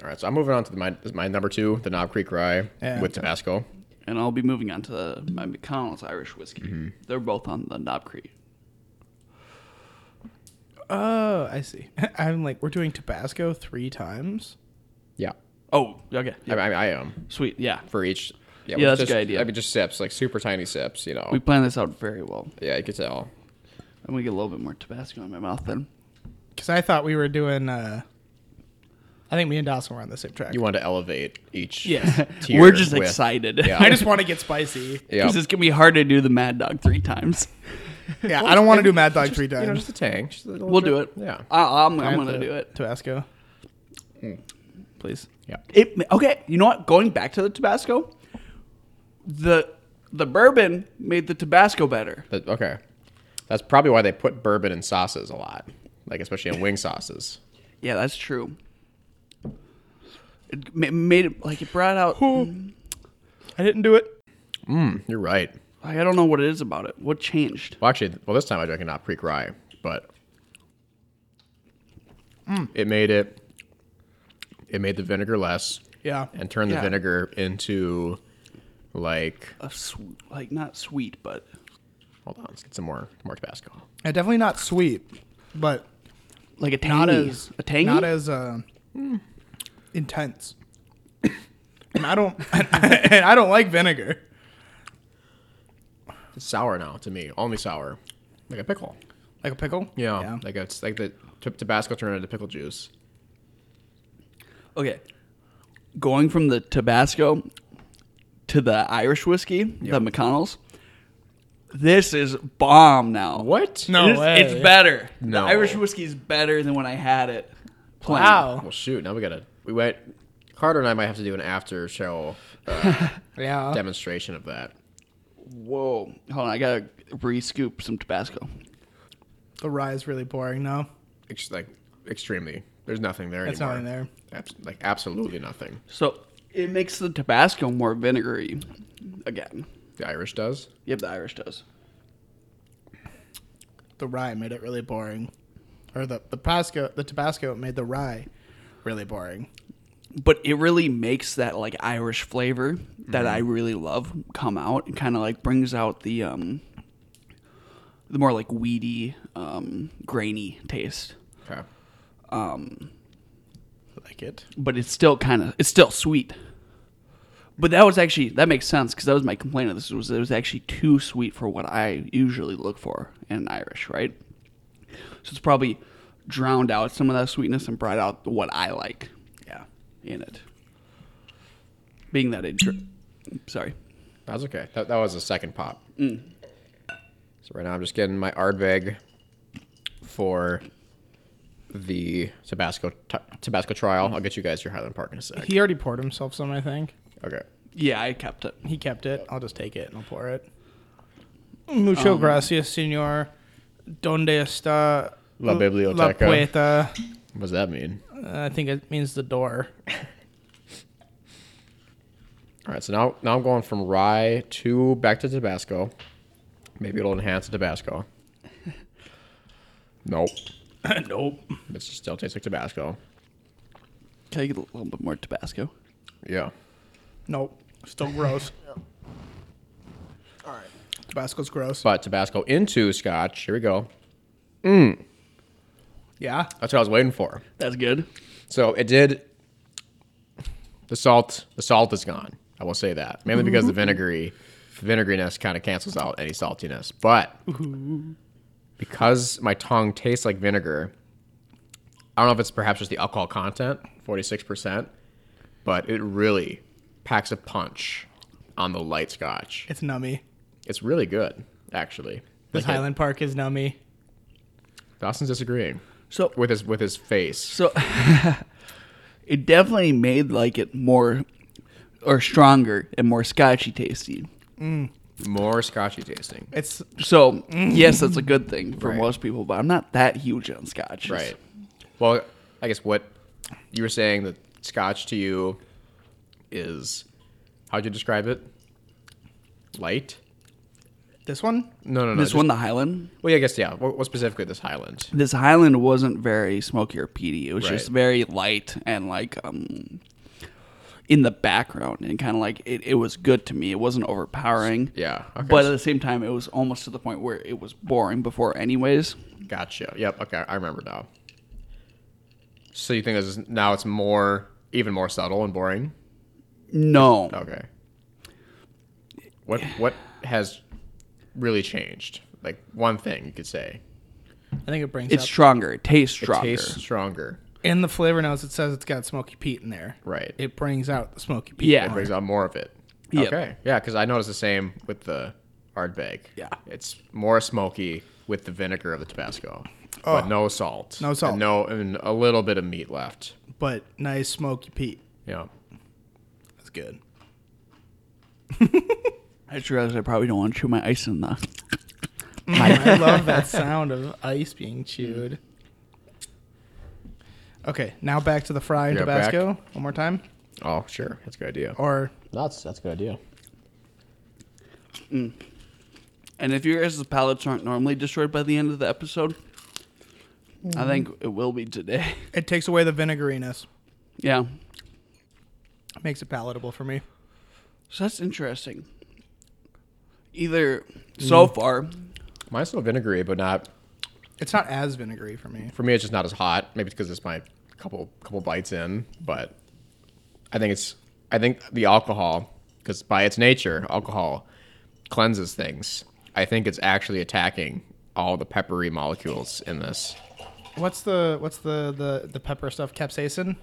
B: All right, so I'm moving on to my this is my number two, the Knob Creek Rye
C: Yeah.
B: with Tabasco.
A: And I'll be moving on to the, my McConnell's Irish whiskey. They're both on the Knob Creek.
C: Oh, I see. I'm like, we're doing Tabasco three times.
B: Yeah,
A: Oh, okay.
B: I, I, I am
A: Sweet. Yeah.
B: for each. Yeah,
A: Yeah, that's a
B: just,
A: good idea.
B: I mean, just sips, like super tiny sips. You know.
A: We planned this out very well.
B: yeah, you could tell.
A: I'm going to get a little bit more Tabasco in my mouth then.
C: Because I thought we were doing. uh I think me and Dawson were on the same track.
B: You want to elevate each.
C: Yes.
B: tier
A: We're just
B: with-
A: excited.
B: Yeah.
C: I just want to get spicy.
B: Yeah.
A: Because it's going to be hard to do the Mad Dog three times.
C: Yeah, I don't want to do Mad Dog
B: Just,
C: three times.
B: You know, just a tank. Just a little
A: We'll
B: drip.
A: do it.
B: Yeah.
A: I, I'm, I'm
C: Alright,
A: going to
C: the
A: do it.
C: Tabasco, please.
B: Yeah.
A: It okay. You know what? Going back to the Tabasco, the the bourbon made the Tabasco better.
B: But, okay. That's probably why they put bourbon in sauces a lot, like especially in wing sauces.
A: Yeah, that's true. It ma- made it like it brought out.
C: I didn't do it.
B: You're right.
A: I don't know what it is about it. What changed?
B: Well, actually, well, this time I drank a Knob Creek Rye, but it made it. It made the vinegar less,
C: Yeah,
B: and turned the
A: Yeah.
B: vinegar into, like,
A: A sw- like not sweet, but
B: hold on, let's get some more more Tabasco.
C: Yeah, definitely not sweet, but
A: like a tangy.
C: not as
A: a tangy.
C: not as uh,
B: Hmm.
C: intense. and I don't, and I don't like vinegar.
B: It's sour now to me, only sour, like a pickle.
C: Like a pickle.
B: Yeah,
C: yeah.
B: like it's like the t- Tabasco turned into pickle juice.
A: okay. Going from the Tabasco to the Irish whiskey, the McConnell's. This is bomb now.
B: What?
C: No
A: it's,
C: way.
A: it's better.
B: No.
A: The Irish whiskey is better than when I had it. plain.
C: Wow.
B: Well, Oh, shoot. Now we gotta. We went. Carter and I might have to do an after show
C: Yeah.
B: demonstration of that.
A: Whoa. Hold on, I gotta re scoop some Tabasco.
C: The rye is really boring now.
B: Ex- like extremely. There's nothing there
C: It's
B: anymore.
C: nothing there.
B: Abs- like absolutely nothing.
A: So it makes the Tabasco more vinegary again.
B: The Irish does.
A: Yep, the Irish does.
C: The rye made it really boring, or the the Pasco, the Tabasco made the rye really boring.
A: But it really makes that like Irish flavor that I really love come out and kind of like brings out the um the more like weedy, um, grainy taste.
B: Okay.
C: Like it.
A: but it's still kind of it's still sweet. But that was actually that makes sense because that was my complaint of this was it was actually too sweet for what I usually look for in an Irish, right? So it's probably drowned out some of that sweetness and brought out what I like
C: Yeah.
A: in it. Being that it, dri- sorry,
B: That's okay. That, that was the second pop. So right now I'm just getting my Ardbeg for the Tabasco t- Tabasco trial. I'll get you guys your Highland Park in a sec.
C: He already poured himself some, I think.
B: Okay.
A: yeah, I kept it.
C: He kept it. I'll just take it and I'll pour it. Um, Mucho gracias, señor. Donde está
B: La
C: La
B: biblioteca.
C: puerta?
B: What does that mean?
C: Uh, I think it means the door.
B: All right, so now now I'm going from rye to back to Tabasco. Maybe it'll enhance the Tabasco. nope,
C: nope.
B: it still tastes like Tabasco.
A: Can I get a little bit more Tabasco?
B: Yeah,
C: Nope. Still gross. All right. Tabasco's gross.
B: but Tabasco into Scotch. Here we go.
C: yeah.
B: That's what I was waiting for.
A: That's good.
B: So it did. The salt, the salt is gone. I will say that mainly because the vinegary vinegriness kind of cancels out any saltiness. But because my tongue tastes like vinegar, I don't know if it's perhaps just the alcohol content, 46%, but it really packs a punch on the light scotch.
C: It's nummy.
B: It's really good, actually.
C: This
B: Like,
C: Highland Park is nummy.
B: Dawson's disagreeing
A: So
B: with his with his face.
A: So it definitely made like it more or stronger and more scotchy tasty.
B: More scotchy tasting.
C: It's
A: So yes, that's a good thing for
B: Mm. Right.
A: most people, but I'm not that huge on scotch.
B: Right. Well, I guess what you were saying that scotch to you is how'd you describe it? Light?
C: this one.
B: No, no, no.
A: This
B: just-
A: one, the Highland.
B: Well, yeah, I guess yeah. What, what specifically this Highland?
A: This Highland wasn't very smoky or peaty. It was just
B: Right.
A: very light and like um in the background and kind of like it, it was good to me. It wasn't overpowering.
B: Yeah. Okay.
A: But at the same time, it was almost to the point where it was boring before, anyways.
B: gotcha. Yep. Okay, I remember now. So you think this is, now it's more, even more subtle and boring?
A: No.
B: Okay. What what has really changed? Like one thing you could say.
C: I think it brings
A: It's
C: up
A: stronger. It tastes
B: It
A: stronger.
B: tastes stronger.
C: in the flavor notes. It says it's got smoky peat in there.
B: Right. It
C: It brings out the smoky peat.
A: Yeah.
C: more.
B: brings out more of it.
A: Yep.
B: Okay. Yeah, because I noticed the same with the hardbake.
A: Yeah.
B: It's more smoky with the vinegar of the Tabasco. But no salt.
C: No salt.
B: And no and a little bit of meat left.
C: but nice smoky peat.
B: Yeah.
C: That's good.
A: I just realized I probably don't want to chew my ice in the.
C: I love that sound of ice being
B: Mm.
C: chewed. Okay, now back to the fry and
B: Yeah, back.
C: Tabasco one more time,
B: Oh, sure. That's a good idea.
C: or
B: That's that's a good idea.
A: And if your guys' palates aren't normally destroyed by the end of the episode, I think it will be today.
C: it takes away the vinegariness,
A: yeah.
C: makes it palatable for me.
A: So that's interesting. Either so far,
B: Mine's still vinegary, but not
C: It's not as vinegary for me.
B: for me it's just not as hot maybe because it's my couple couple bites in but i think it's i think the alcohol because by its nature alcohol cleanses things i think it's actually attacking all the peppery molecules in this
C: What's the what's the the, the pepper stuff? Capsaicin.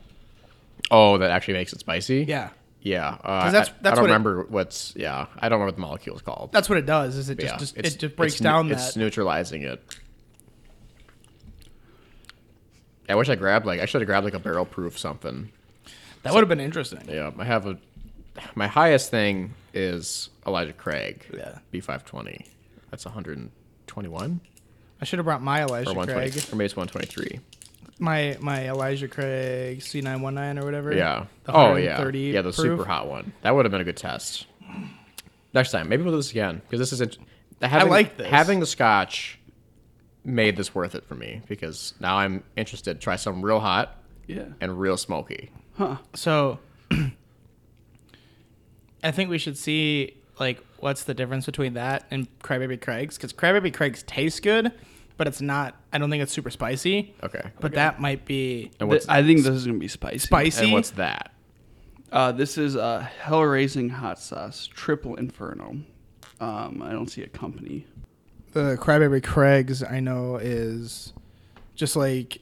B: oh that actually makes it spicy
C: Yeah,
B: yeah uh,
C: 'Cause
B: I-
C: that's-
B: I,
C: that's
B: don't
C: what it-
B: remember what's yeah i don't remember what the molecule is called
C: that's what it does. Is it just,
B: yeah,
C: just
B: it's-
C: it just
B: it's
C: breaks
B: neu-
C: down
B: it's
C: that?
B: neutralizing it i wish i grabbed like i should have grabbed like a barrel proof something
C: that would have been interesting.
B: Yeah, I have a. My highest thing is Elijah Craig.
C: Yeah.
B: B520. That's 121
C: I should have brought my
B: or
C: Elijah
B: 120
C: Craig,
B: or maybe it's 123.
C: my my Elijah Craig C nine one nine or whatever.
B: Yeah.
C: The
B: oh yeah.
C: 130
B: Yeah, the
C: proof.
B: super hot one. That would have been a good test. Next time, maybe we'll do this again because this is int- having,
C: like this.
B: Having the scotch made this worth it for me because now I'm interested. to Try some real hot
A: yeah.
B: and real smoky.
C: So I think we should see like what's the difference between that and Crybaby Craig's because Crybaby Craig's tastes good, but it's not. I don't think it's super spicy.
B: Okay.
C: But that might be
B: And what's
A: I think this is gonna be spicy.
C: spicy.
B: and what's that?
A: Uh, this is a hell-raising hot sauce, triple inferno. Um, I don't see a company.
C: the Crybaby Craig's I know is just like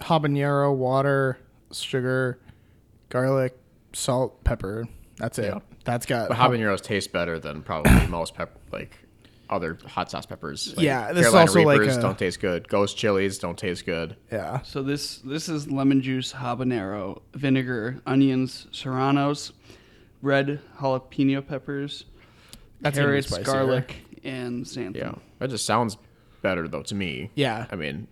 C: habanero, water, sugar, garlic, salt, pepper. That's it.
B: Yeah.
C: That's got
B: But habaneros taste better than probably most pep like other hot sauce peppers. Like,
C: Yeah, this is
B: Carolina
C: also like
B: Reapers
C: a-
B: don't taste good. Ghost chilies don't taste good.
C: yeah.
A: So this this is lemon juice, habanero, vinegar, onions, serranos, red jalapeno peppers,
C: That's even
A: carrots,
C: spicier.
A: garlic, and xanthan.
B: Yeah, that just sounds better though to me.
C: Yeah.
B: I mean,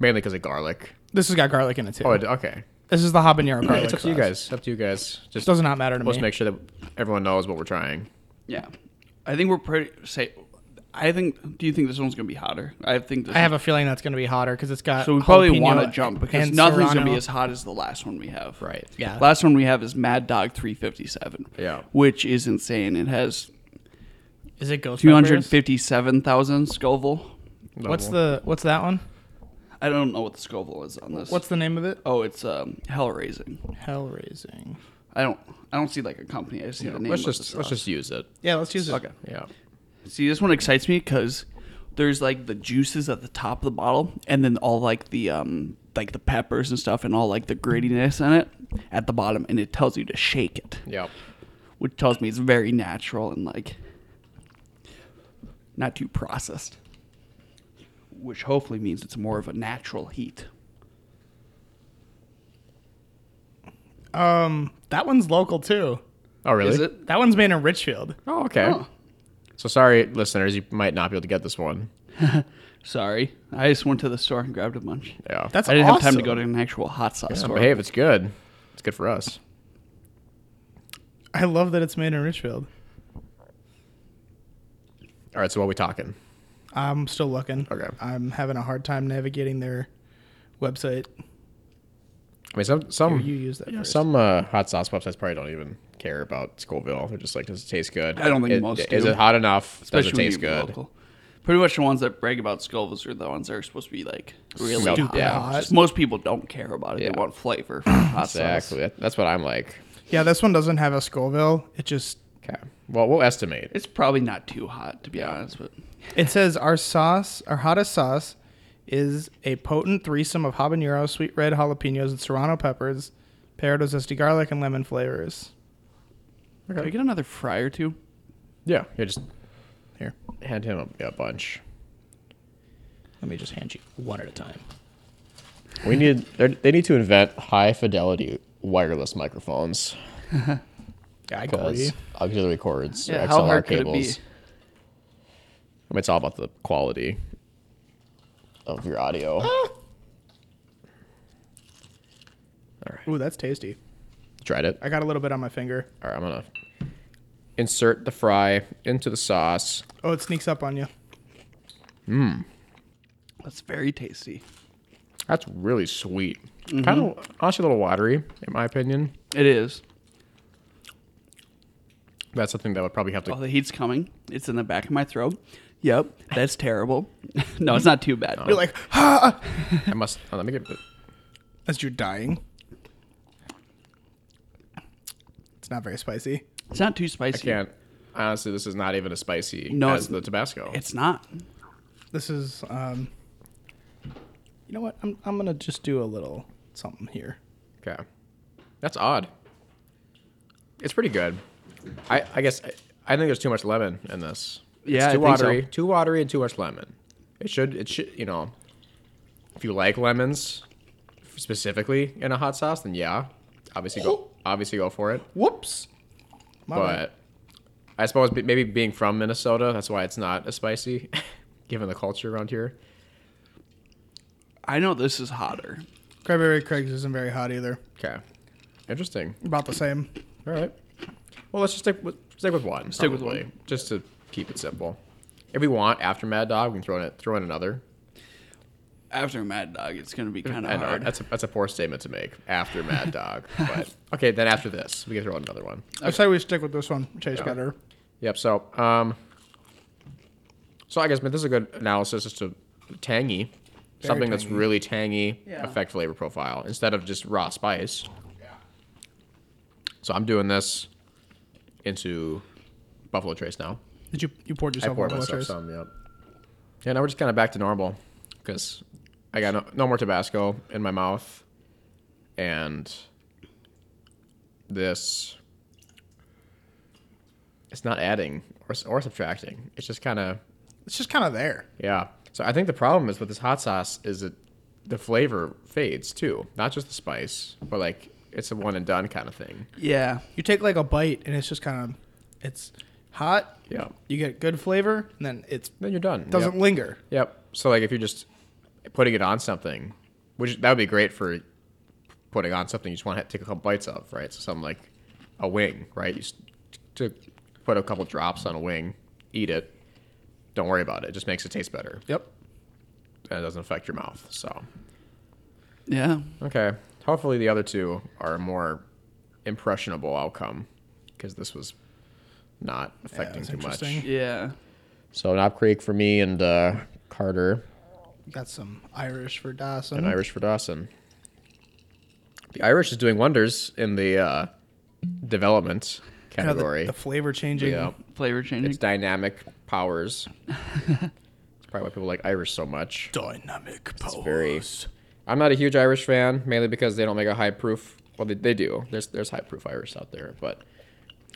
B: mainly because of garlic.
C: This has got garlic in it too.
B: Oh, it- okay.
C: this is the habanero garlic.
B: It's up to you
C: sauce.
B: guys. Up to you guys.
C: It
B: Just
C: does not matter to
B: let's
C: me.
B: make sure that everyone knows what we're trying.
A: Yeah. I think we're pretty say. I think. Do you think this one's gonna be hotter? I think this.
C: I have a feeling that's going to be hotter because it's got.
A: so we probably
C: jalapeno
A: want to jump because
C: and
A: nothing's
C: serrano.
A: gonna be as hot as the last one we have.
B: Right.
C: Yeah.
A: Last one we have is Mad Dog 357.
B: Yeah.
A: Which is insane. It has
C: Is it ghost? peppers?
A: 257,000 Scoville.
C: What's the what's that one?
A: I don't know what the Scoville is on this.
C: What's the name of it?
A: Oh, it's um, hell raising.
C: Hell raising.
A: I don't. I don't see like a company. I just see the name.
B: Let's
A: of the
B: just let's
A: sauce.
B: just use it.
C: Yeah, let's use it.
A: okay.
B: Yeah.
A: See, this one excites me because there's like the juices at the top of the bottle, and then all like the um like the peppers and stuff, and all like the grittiness in it at the bottom, and it tells you to shake it,
B: Yep.
A: which tells me it's very natural and like not too processed, which hopefully means it's more of a natural heat.
C: Um, that one's local too.
B: Oh really?
A: Is it?
C: That one's made in Richfield.
B: Oh okay.
A: Oh.
B: So sorry, listeners, you might not be able to get this one.
A: Sorry, I just went to the store and grabbed a bunch.
B: Yeah.
C: That's
A: I didn't have time to
C: awesome.
A: go to an actual hot sauce
B: yeah,
A: store.
B: but hey, if it's good, it's good for us.
C: I love that it's made in Richfield.
B: All right. So what are we talking?
C: I'm still looking.
B: Okay.
C: I'm having a hard time navigating their website.
B: I mean, some some
C: you use that
B: yeah,
C: first.
B: some uh, hot sauce websites probably don't even care about Scoville. They're just like, does it taste good?
A: I don't think
B: It-
A: most
B: Is
A: do.
B: it hot enough?
A: especially
B: does it taste
A: when you're
B: good?
A: local. Pretty much the ones that brag about Scovilles are the ones that are supposed to be like really
B: Smelled
A: hot.
B: Yeah.
C: hot.
A: Just most people don't care about it.
B: Yeah.
A: They want flavor. From hot
B: Exactly.
A: Sauce.
B: That- That's what I'm like.
C: Yeah, this one doesn't have a Scoville. It just
B: Okay. Well, we'll estimate.
A: It's probably not too hot to be honest, but
C: it says our sauce, our hottest sauce, is a potent threesome of habanero, sweet red jalapenos, and serrano peppers, paired with zesty garlic and lemon flavors.
A: can I get another fry or two?
B: Yeah. Yeah. Just
C: Here,
B: hand him a, a bunch.
C: let me just hand you one at a time.
B: We need. they're- They need to invent high fidelity wireless microphones
C: Yeah, I got
B: because
C: you.
B: auxiliary cords, or
A: Yeah,
B: XLR
A: how hard could it
B: cables.
A: be?
B: I mean, it's all about the quality of your audio.
A: Ah.
C: Ooh, that's tasty.
B: Tried it.
C: I got a little bit on my finger.
B: All right. I'm gonna insert the fry into the sauce.
C: Oh, it sneaks up on you.
A: That's very tasty.
B: That's really sweet.
A: Mm-hmm.
B: Kind of honestly a little watery, in my opinion.
A: It is.
B: That's something that would probably have to.
A: Oh, the heat's coming. It's in the back of my throat. Yep, that's terrible. no, it's not too bad.
C: You're like, ah!
B: I must. oh, let me get.
C: as you're dying. It's not very spicy.
A: it's not too
B: I
A: spicy.
B: can't. Honestly, this is not even as spicy
A: No,
B: as
A: it's-
B: the Tabasco.
A: It's not.
C: This is, um, you know what? I'm, I'm gonna just do a little something here.
B: Okay. That's odd. It's pretty good. I, I guess I, I think there's too much lemon in this. It's
A: Yeah, I
B: too
A: think so.
B: watery, too watery, and too much lemon. It should it should you know, if you like lemons, specifically in a hot sauce, then yeah, obviously go obviously go for it.
C: Whoops. My
B: But
C: bad.
B: I suppose be- maybe being from Minnesota, that's why it's not as spicy, given the culture around here.
A: I know this is hotter.
C: Cranberry Craig's isn't very hot either.
B: Okay, interesting.
C: About the same.
B: All right. Well, let's just stick with stick with one.
A: Stick with
B: probably,
A: one.
B: just to keep it simple. If we want after Mad Dog, we can throw in it, throw in another.
A: After Mad Dog, it's gonna be kind
B: I
A: of
B: know,
A: hard.
B: uh, that's a that's a poor statement to make after Mad Dog. but okay, then after this, we can throw in another one.
C: I say we stick with this one. Tastes better.
B: Yep. So, um, so I guess man, this is a good analysis as to tangy, something that's
C: tangy.
B: really tangy,
A: Yeah.
B: affect flavor profile instead of just raw spice. So I'm doing this into Buffalo Trace now.
C: Did you you poured
B: I
C: yourself
B: poured
C: one
B: myself
C: myself
B: some. Yep. Yeah. Now we're just kind of back to normal because I got no, no more Tabasco in my mouth, and this it's not adding or, s- or subtracting. It's just kind of
C: It's just kind of there.
B: yeah. So I think the problem is with this hot sauce is that the flavor fades too, not just the spice, but like it's a one and done kind of thing.
A: yeah.
C: You take like a bite and it's just kind of, it's hot.
B: Yeah.
C: You get good flavor and then it
B: Then you're done.
C: doesn't
B: Yep.
C: linger.
B: Yep. So like if you're just putting it on something, which that would be great for putting on something you just want to take a couple bites of, right? So something like a wing, right? You s- to put a couple drops on a wing, eat it. Don't worry about it. It just makes it taste better,
C: Yep.
B: and it doesn't affect your mouth. So
A: Yeah.
B: okay. Hopefully the other two are a more impressionable outcome because this was not affecting
C: that's
B: too much.
C: interesting.
A: Yeah.
B: So Knob Creek for me and uh, Carter.
C: Got some Irish for Dawson.
B: and Irish for Dawson. The Irish is doing wonders in the uh, development category.
C: The, the flavor changing.
B: yeah,
A: Flavor changing.
B: it's dynamic powers. It's probably why people like Irish so much.
C: Dynamic powers.
B: It's very. I'm not a huge Irish fan, mainly because they don't make a high proof. Well, they, they do. There's there's high proof Irish out there, but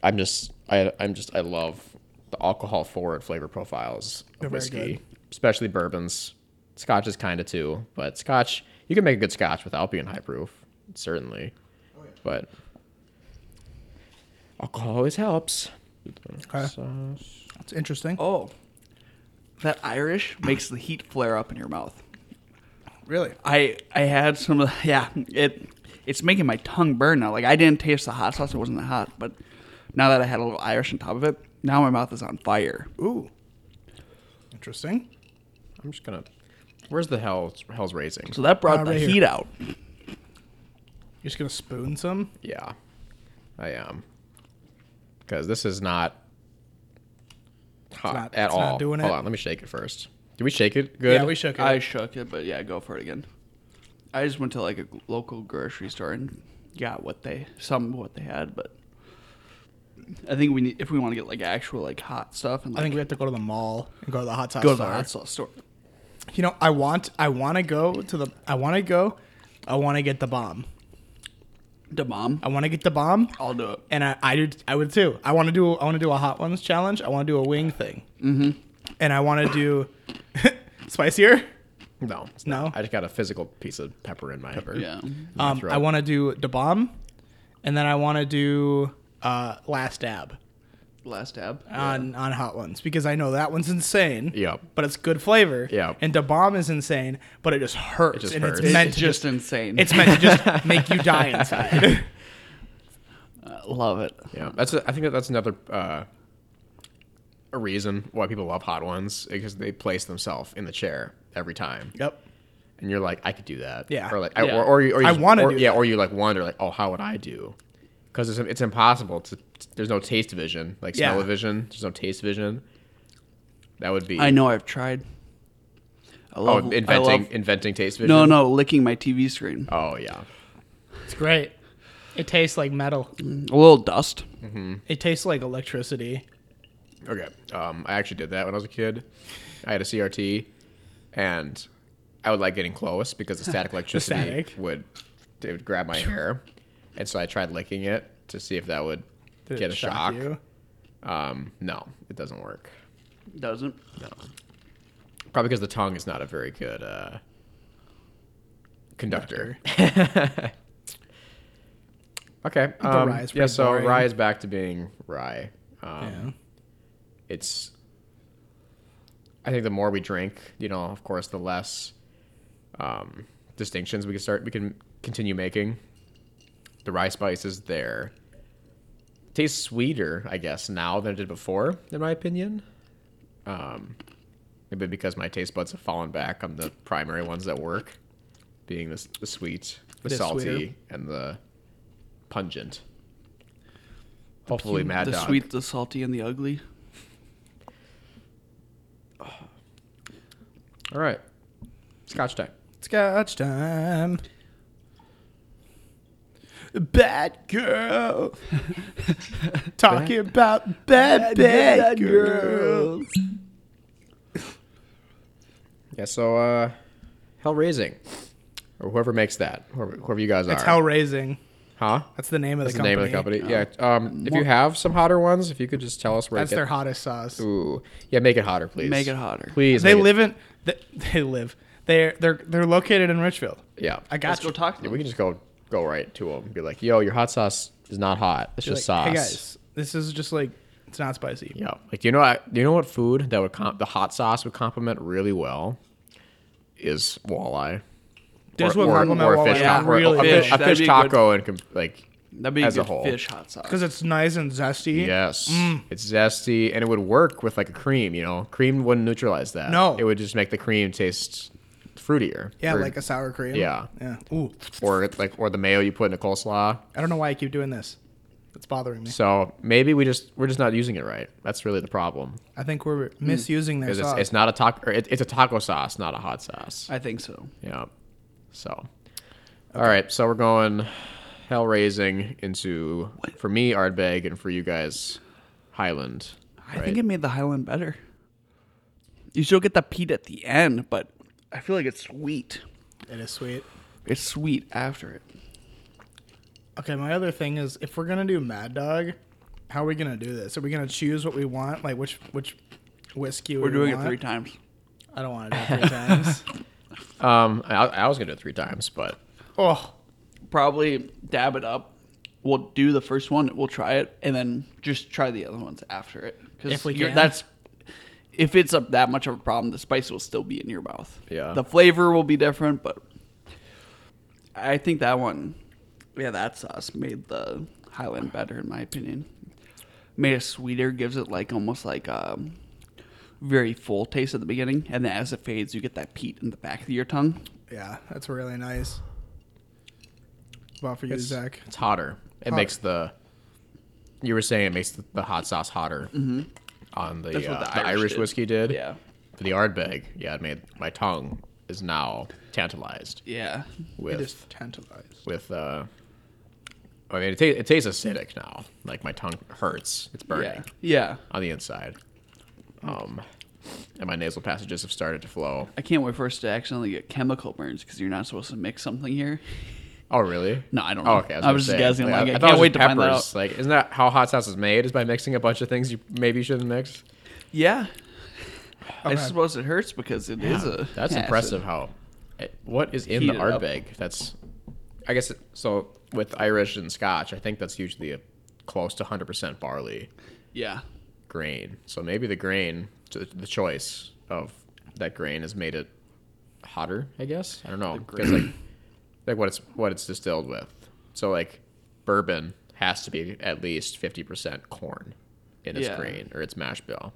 B: I'm just I I'm just I love the alcohol forward flavor profiles
C: They're
B: of
C: very
B: whiskey,
C: good.
B: especially bourbons. Scotch is kind of too, but Scotch you can make a good Scotch without being high proof, certainly.
C: Oh,
B: But alcohol always helps.
C: Okay.
B: So-
C: It's interesting.
A: oh, that Irish makes the heat flare up in your mouth.
C: really?
A: I I had some of the, yeah it it's making my tongue burn now. Like I didn't taste the hot sauce; it wasn't that hot. But now that I had a little Irish on top of it, now my mouth is on fire.
C: Ooh. Interesting.
B: I'm just gonna. Where's the hell hell's raising?
A: So that brought
C: Uh,
A: the
C: right here.
A: heat out.
C: You're just gonna spoon some?
B: Yeah, I am. Because this is not hot
C: not-
B: at
C: it's
B: all.
C: not doing
B: Hold
C: it.
B: on, let me shake it first. Did we shake it good?
C: Yeah, we shook it.
A: I shook it, but yeah, go for it again. I just went to like a local grocery store and got what they some of what they had, but I think we need if we want to get like actual like hot stuff and
C: I
A: like
C: think we have to go to the mall and go to the hot sauce
A: go to the
C: store.
A: hot sauce store.
C: You know, I want I want to go to the I want to go I want to get the bomb.
A: The mom,
C: I want to get the bomb
A: I'll do it.
C: and I I, did, I would too. I want to do I want to do a hot ones challenge. I want to do a wing thing. Mhm. And I want to do spicier?
B: No, it's
C: No?
B: not. I just got a physical piece of pepper in my pepper.
A: Yeah.
C: Um,
B: throat.
C: I want to do the bomb and then I want to do uh, last dab
A: Last dab.
C: on on hot ones because I know that one's insane.
B: Yep.
C: But it's good flavor.
B: Yep.
C: And the bomb is insane, but it just hurts.
B: just
C: and
B: hurts.
C: It's
A: it's
C: meant to
A: just
C: just
A: insane.
C: it's meant to just make you die inside.
A: I Uh, love it.
B: yeah. That's. A, I think that that's another uh, a reason why people love hot ones because they place themselves in the chair every time,
C: yep.
B: and you're like, I could do that.
C: Yeah.
B: Or like,
A: Yeah.
B: I, or, or you, or you
C: I wanna
B: or-
C: do
B: Yeah.
C: that.
B: Or you like wonder like, oh, how would I do? Because it's it's impossible to. There's no taste vision, like
C: Yeah.
B: smell vision. There's no taste vision. That would be.
A: I know I've tried. I
B: Oh,
A: love I
B: inventing
A: love,
B: inventing taste vision.
A: No, no, licking my TV screen.
B: Oh yeah.
C: It's great. It tastes like metal.
A: A little dust.
C: It tastes like electricity.
B: Okay. Um, I actually did that when I was a kid. I had a CRT, and I would like getting close because the static electricity
C: static.
B: would it would grab my hair, and so I tried licking it to see if that would
C: Did
B: get
C: it
B: a shock.
C: you?
B: Um, no, it doesn't work.
A: Doesn't.
B: Probably because the tongue is not a very good uh, conductor. okay. Um,
C: rye's
B: yeah.
C: pretty
B: So
C: boring.
B: rye is back to being rye. Um,
C: Yeah.
B: it's I think the more we drink, you know, of course, the less um, distinctions we can start we can continue making. The rye spice is there. Tastes sweeter, I guess, now than it did before, in my opinion. Um, maybe because my taste buds have fallen back on the primary ones that work, being the, s- the sweet, the
C: It is
B: salty,
C: sweeter.
B: and the pungent. Hopefully, Mad
A: the
B: Dog.
A: sweet, the salty, and the ugly.
B: All right, Scotch time.
C: Scotch time. Bad girl. Talking about bad, bad, girl.
B: Yeah, so uh Hell Raising. Or whoever makes that. Whoever, whoever you guys
C: It's
B: are.
C: hell raising.
B: huh?
C: That's the name of
B: That's
C: the
B: the,
C: company.
B: name of the company. Yeah. Um if you have some hotter ones, if you could just tell us where
C: That's
B: to
C: their
B: get
C: hottest sauce.
B: Ooh. Yeah, make it hotter, please.
A: Make it hotter.
B: Please.
C: They
B: make it-
C: live in. They, they live. They're they're they're located in Richfield.
B: Yeah.
C: I got
A: Let's go
C: you.
A: talk to
B: Yeah,
A: them.
B: we can just go go right to them and be like, "Yo, your hot sauce is not hot. It's
C: Be
B: just sauce."
C: like, Hey guys, this is just like it's not spicy.
B: Yeah. Like, do you know what? Do you know what food that would comp- the hot sauce would complement really well is walleye.
C: This
B: or,
C: would
B: or-
C: complement
B: or a
C: walleye
B: fish,
A: Yeah,
B: ta- or a-
C: really
B: a
C: well.
B: fish, a
A: That'd
B: fish
A: be a good-
B: taco and com- like
A: That'd be
B: as
A: a
B: a
A: good
B: whole.
A: fish hot sauce.
C: because it's nice and zesty.
B: Yes.
C: Mm.
B: It's zesty and it would work with like a cream, you know. Cream wouldn't neutralize that.
C: No.
B: It would just make the cream taste fruitier.
C: Yeah,
B: Or-
C: like a sour cream.
B: Yeah.
C: Yeah. Ooh,
B: or like or the mayo you put in a coleslaw.
C: I don't know why I keep doing this. It's bothering me.
B: So maybe we just we're just not using it right. That's really the problem.
C: I think we're misusing their
B: Hmm. Because it's,
C: sauce.
B: it's not a taco or it, it's a taco sauce, not a hot sauce.
A: I think so.
B: yeah. So all right, so we're going hell raising into for me Ardbeg and for you guys Highland.
A: I think it made the Highland better. You still get the peat at the end, but I feel like it's sweet.
C: It is sweet.
A: It's sweet after it.
C: Okay, my other thing is if we're gonna do Mad Dog, how are we gonna do this? Are we gonna choose what we want? Like which which whiskey
A: We're
C: we
A: doing it
C: want?
A: three times.
C: I don't want to do it three times.
B: um, I, I was gonna do it three times, but
C: Oh,
A: Probably dab it up. We'll do the first one. We'll try it, and then just try the other ones after it. 'Cause
C: If we
A: you're-
C: can.
A: that's if it's a, that much of a problem, the spice will still be in your mouth.
B: Yeah.
A: the flavor will be different, but I think that one, yeah, that sauce made the Highland better in my opinion. Made it sweeter, gives it like almost like um very full taste at the beginning, and then as it fades, you get that peat in the back of your tongue.
C: yeah, that's really nice. Well, for you, Zach.
B: it's hotter. It
C: Hotter.
B: makes the you were saying it makes the, the hot sauce hotter on
A: Mm-hmm.
B: the,
A: That's
B: uh,
A: what
B: the Irish
A: did.
B: whiskey did.
A: Yeah,
B: For the Ardbeg, yeah, it made my tongue is now tantalized
A: yeah.
B: with
C: It is tantalized.
B: with uh I mean it, ta- it tastes acidic now. Like my tongue hurts. It's burning
A: Yeah. Yeah.
B: on the inside. Um and my nasal passages have started to flow.
A: I can't wait for us to accidentally get chemical burns because you're not supposed to mix something here.
B: Oh really?
A: No, I don't know.
B: Oh, okay.
A: I was just
B: gonna say,
A: guessing, like, I
B: thought it
A: can't
B: was
A: wait
B: just
A: to find that out.
B: Like, isn't that how hot sauce is made? Is by mixing a bunch of things you maybe shouldn't mix?
A: Yeah. I
C: Okay.
A: suppose it hurts because it is a.
B: That's
A: acid.
B: impressive. How? it- What is in the
A: Heat it up.
B: Ardbeg? That's, I guess. it- So with Irish and Scotch, I think that's usually a, close to 100% barley
A: Yeah.
B: grain. So maybe the grain, so the the choice of that grain has made it hotter. I guess I don't know. 'Cause, like, like what it's what it's distilled with. So like bourbon has to be at least 50% corn in its
A: Yeah.
B: grain or its mash bill.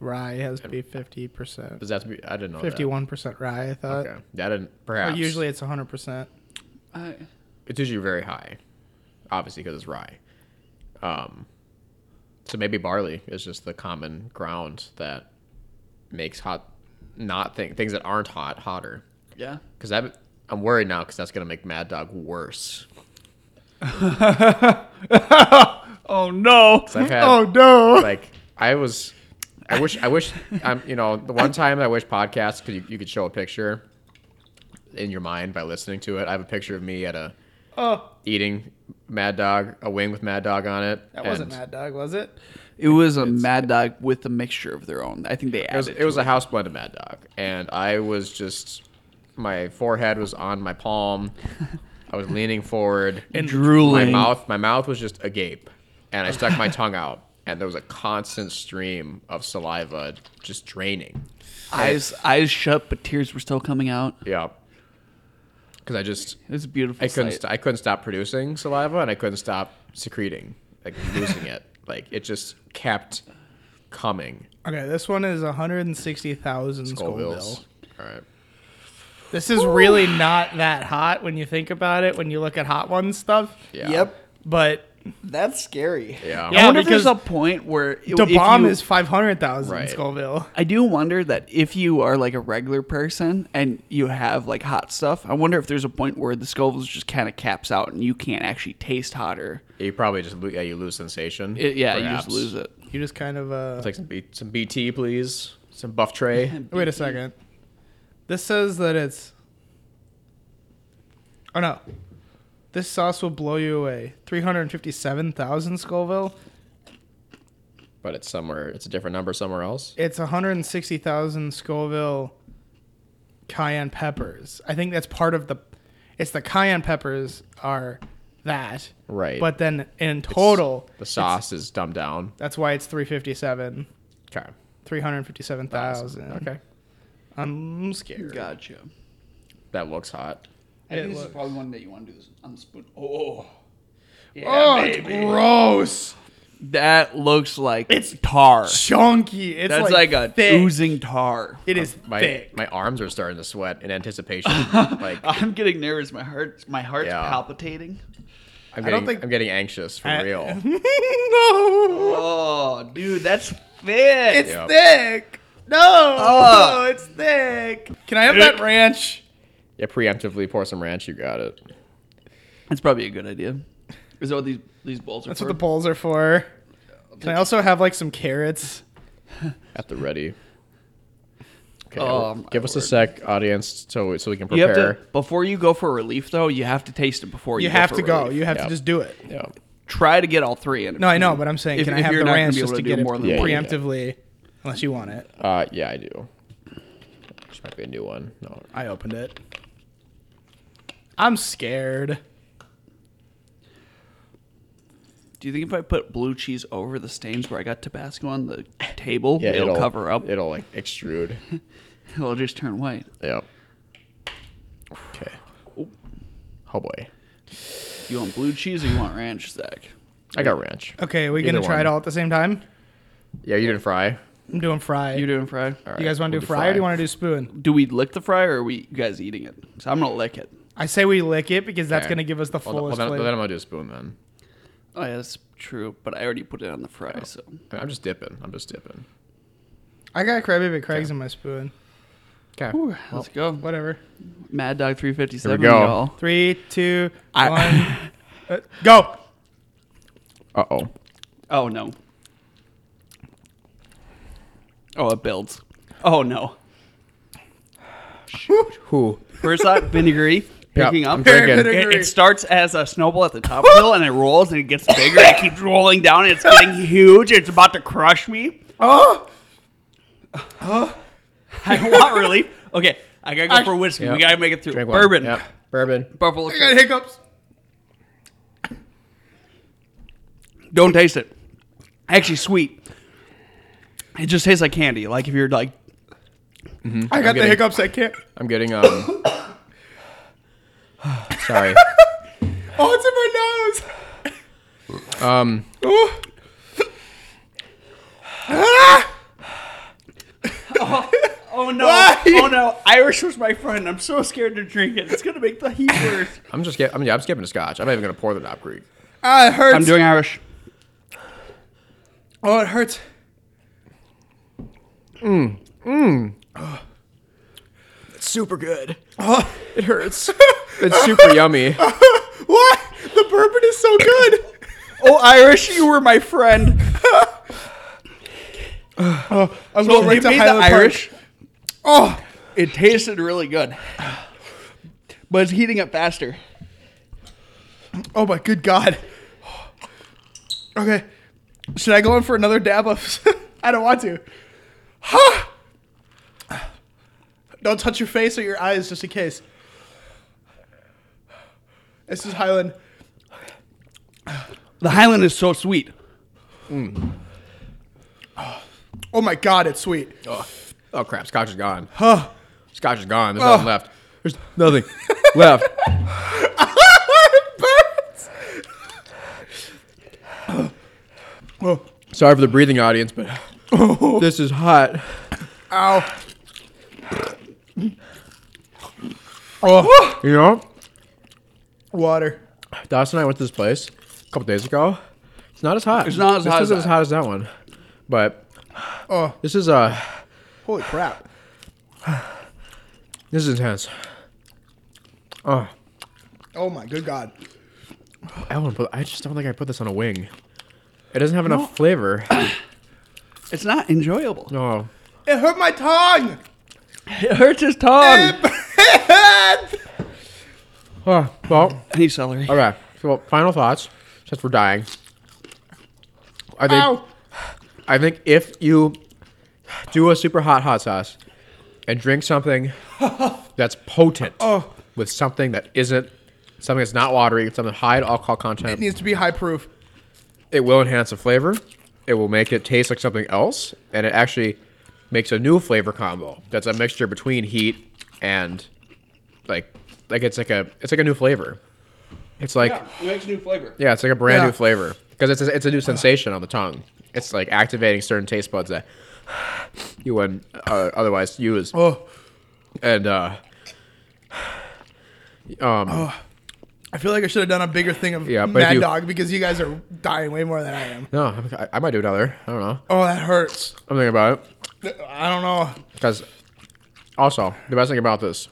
C: Rye has to be fifty percent,
B: Does that have to be? I didn't know. that.
C: fifty-one percent rye. I thought.
B: Okay. That didn't.
C: But
B: Perhaps.
C: usually it's hundred percent.
A: I,
B: it's usually very high, obviously because it's rye. Um, so maybe barley is just the common ground that makes hot, not thing, things that aren't hot hotter.
A: yeah.
B: Because I'm I'm worried now because that's gonna make Mad Dog worse.
A: Oh no.
B: 'Cause I've had,
C: Oh no!
B: like I was, I wish I wish I'm you know the one time I wish podcasts could you, you could show a picture in your mind by listening to it. I have a picture of me at a
C: Oh,
B: eating Mad Dog, a wing with Mad Dog on it.
C: that wasn't
B: and-
C: Mad Dog, was it?
A: It was a Mad Dog with a mixture of their own. I think they
B: It was,
A: added.
B: it was a house blend of Mad Dog, and I was just my forehead was on my palm. I was leaning forward, my
A: drooling.
B: mouth my mouth was just agape, and I stuck my tongue out, and there was a constant stream of saliva just draining.
A: eyes eyes shut, but tears were still coming out.
B: Yeah, because I just
A: It was a beautiful.
B: I couldn't
A: sight.
B: st- I couldn't stop producing saliva, and I couldn't stop secreting, like losing it. Like it just kept coming.
C: Okay, this one is 160,000 Scoville.
B: Scoville's. All right.
C: This is really not that hot when you think about it, when you look at hot ones stuff.
B: Yeah.
C: But
A: That's scary.
B: Yeah.
A: I wonder if
C: because
A: there's a point where it,
C: the
A: if
C: bomb
A: you-
C: is 500,000
B: Right.
C: Scoville.
A: I do wonder that if you are like a regular person and you have like hot stuff, I wonder if there's a point where the Scoville's just kind of caps out and you can't actually taste hotter.
B: You probably just lo- yeah you lose sensation.
A: It, yeah,
B: perhaps.
A: you just lose it.
C: You just kind of uh
B: It's like some B- some BT please, some buff tray.
C: Wait a second. This says that it's Oh no. This sauce will blow you away. 357,000 Scoville.
B: but it's somewhere. It's a different number somewhere else.
C: It's 160,000 Scoville cayenne peppers. I think that's part of the. It's the cayenne peppers are that.
B: Right.
C: But then in total,
B: The sauce is dumbed down.
C: that's why it's 357,
B: Okay.
C: 357,000.
B: Okay.
C: I'm scared.
A: Gotcha.
B: That looks hot.
A: I
C: It
A: think this
C: looks-
A: is probably one that you want to do this on the spoon. Oh.
C: oh, it's gross.
A: That looks like it's tar.
C: Chunky. It's
A: That's
C: like,
A: like, a
C: thick.
A: oozing tar.
C: It is
B: My
C: thick.
B: my arms are starting to sweat in anticipation. like
A: I'm getting nervous. My heart, my heart's
B: Yeah.
A: palpitating.
B: I'm
C: I
B: getting
C: don't think-
B: I'm getting anxious for
C: I-
B: real.
C: no.
A: Oh, dude, that's thick.
C: It's
B: Yep.
C: thick. No.
A: Ugh.
C: It's thick. Can I have that ranch?
B: Yeah, preemptively pour some ranch. You got it.
A: That's probably a good idea. Is that what these these bowls are
C: That's
A: for?
C: what the bowls are for. Can I also have like some carrots?
B: At the ready. Okay.
A: Oh, my
B: give us a
A: word.
B: sec, audience, so so we can
A: you have to
B: prepare.
A: before you go for relief though. You have to taste it before you.
C: You have
A: for
C: to go.
A: relief.
C: You have to
B: Yep.
C: just do it.
B: yeah.
A: try to get all three in.
C: No, I know, but I'm saying,
A: Mm-hmm. If-
C: can I
A: if
C: have
A: you're
C: the
A: not gonna
C: ranch
A: be able
C: just
A: to
C: to
A: do
C: get it
A: more than
B: Yeah, one. yeah.
C: preemptively? Unless you want it.
B: Uh, yeah, I do. This might be a new one. No.
C: I opened it. I'm scared.
A: Do you think if I put blue cheese over the stains where I got Tabasco on the table,
B: Yeah,
A: it'll, cover up?
B: It'll like extrude.
A: It'll just turn white.
B: yep. Okay. Oh boy.
A: You want blue cheese or you want ranch, Zach?
B: I got ranch.
C: Okay, are we
B: Either
C: gonna try
B: one.
C: it all at the same time?
B: Yeah, you didn't fry.
C: I'm doing fry.
A: You doing fry?
B: All
C: You guys want to
B: we'll
C: do fry, or do you want to do spoon?
A: Do we lick the fry or are we you guys eating it? So I'm gonna lick it.
C: I say we lick it because that's
B: Okay.
C: gonna give us the
B: Well, th- well,
C: fullest
B: then,
C: flavor.
B: then I'm gonna do a spoon then.
A: Oh yeah, that's true. But I already put it on the fry, so
B: I mean, I'm just dipping. I'm just dipping.
C: I got Krabby Bit Craig's in my spoon.
B: Okay.
A: let's go.
C: Whatever.
A: Mad Dog 357.
B: Here we go.
A: y'all.
C: Three, two,
A: I-
C: one, uh, go.
B: Uh oh.
A: Oh no. Oh, it builds. Oh no.
B: Who?
A: First up, vinegary.
B: Yeah,
A: Picking up.
B: I'm drinking.
A: It, it starts as a snowball at the top of the hill, and it rolls, and it gets bigger, and it keeps rolling down, and it's getting huge. It's about to crush me.
C: Oh,
A: I want relief. Okay, I gotta go for whiskey.
B: Yep.
A: We gotta make it through.
B: Drink one.
A: Bourbon.
B: Yep. Bourbon.
A: Buffalo.
C: I got hiccups.
A: Mm-hmm. Don't taste it. Actually, sweet. It just tastes like candy. Like if you're like,
C: I got the
B: getting-
C: hiccups. I can't.
B: I'm getting um. sorry.
C: Oh, it's in my nose.
B: Um.
C: Oh.
A: oh no,
C: Why?
A: oh no, Irish was my friend. I'm so scared to drink it. It's gonna make the heat worse.
B: I'm just. Get, I'm. Yeah. I'm skipping the scotch. I'm not even gonna pour the Knob Creek.
C: Ah, it hurts.
A: I'm doing Irish.
C: oh, it hurts.
B: It's super good.
C: Oh,
B: It hurts. it's super yummy.
C: what? The bourbon is so good.
A: Oh Irish, you were my friend.
C: oh,
A: Well,
C: I'm going right to
A: they made
C: Highland
A: the
C: Park.
A: Irish.
C: Oh,
A: It tasted really good, but it's heating up faster.
C: oh my good god. Okay, should I go in for another dab of? I don't want to. Ha! Don't touch your face or your eyes, just in case. This is Highland.
A: The Highland is so sweet.
C: Oh my god, it's sweet.
B: Oh, oh crap! Scotch is gone.
C: Huh.
B: Scotch is gone. There's
C: Oh.
B: nothing left. There's nothing left.
C: burns. Oh,
B: Sorry for the breathing, audience, but this is hot.
C: ow.
B: You know,
C: Water.
B: Dawson and I went to this place a couple days ago. It's not as hot.
A: It's not as
B: this
A: hot as
B: isn't
A: that.
B: as hot as that one, but
C: Oh,
B: this is uh,
C: holy crap.
B: this is intense. Oh,
C: Oh my good god.
B: I don't put. I just don't think I put this on a wing. It doesn't have enough flavor. Oh.
A: It's not enjoyable.
B: No.
C: It hurt my tongue.
A: It hurts his tongue.
C: It
B: Oh, well,
A: I need celery.
B: okay. So, final thoughts. Since we're dying, I think
C: Ow.
B: I think if you do a super hot hot sauce and drink something that's potent
C: Oh.
B: with something that isn't something that's not watery, something high in alcohol content,
C: needs to be high proof.
B: it will enhance the flavor. It will make it taste like something else, and it actually makes a new flavor combo. That's a mixture between heat and like like it's like a it's like a new flavor. It's like yeah,
A: it makes new flavor.
B: it's like a brand
C: Yeah.
B: new flavor because it's a, it's a new sensation on the tongue. It's like activating certain taste buds that you wouldn't uh, otherwise use.
C: Oh,
B: And uh um
C: I feel like I should have done a bigger thing of
B: Yeah, but if
C: Mad
B: you-
C: Dog because you guys are dying way more than I am.
B: no, I, I might do another. I don't know.
C: Oh, that hurts.
B: I'm thinking about it.
C: I don't know.
B: Because also the best thing about this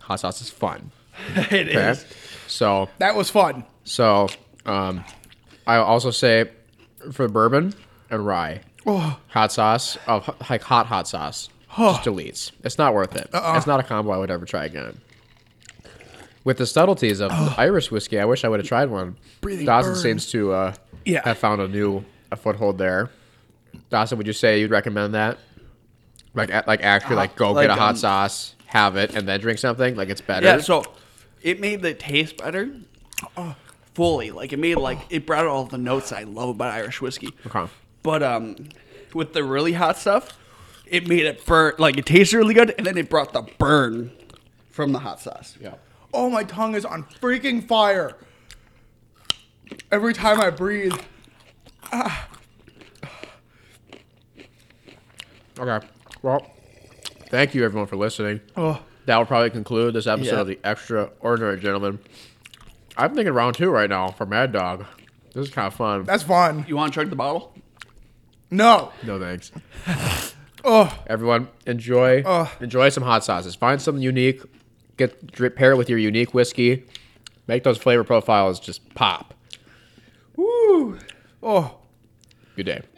B: hot sauce is fun.
D: It
B: Okay,
D: is.
B: so
D: That was fun.
B: so um, I also say for bourbon and rye,
A: Oh.
B: hot sauce of like hot hot sauce just deletes. It's not worth it.
A: Uh-uh.
B: It's not a combo I would ever try again. With the subtleties of Irish whiskey, I wish I would have tried one.
D: Breathing
B: Dawson
D: burn.
B: seems to uh,
D: Yeah.
B: have found a new a foothold there. Dawson, would you say you'd recommend that? Like, a- like actually, like go
A: like,
B: get a hot
A: um,
B: sauce, have it, and then drink something. Like it's better.
A: Yeah, so it made the taste better. Oh, Fully. Like it made like it brought all the notes I love about Irish whiskey.
B: Okay.
A: But um with the really hot stuff, it made it burn like it tasted really good and then it brought the burn from the hot sauce.
B: yeah.
D: Oh, my tongue is on freaking fire. Every time I breathe.
B: Okay. Well, thank you everyone for listening.
D: Oh,
B: That will probably conclude this episode
A: Yeah.
B: of the Extraordinary Gentleman. I'm thinking round two right now for Mad Dog. This is kind of fun.
D: that's fun.
A: You want to chug the bottle?
D: No.
B: no thanks.
D: Oh,
B: Everyone, enjoy
D: Ugh.
B: enjoy some hot sauces. Find something unique. Get drip, pair it with your unique whiskey. Make those flavor profiles just pop.
D: oh.
B: Good day.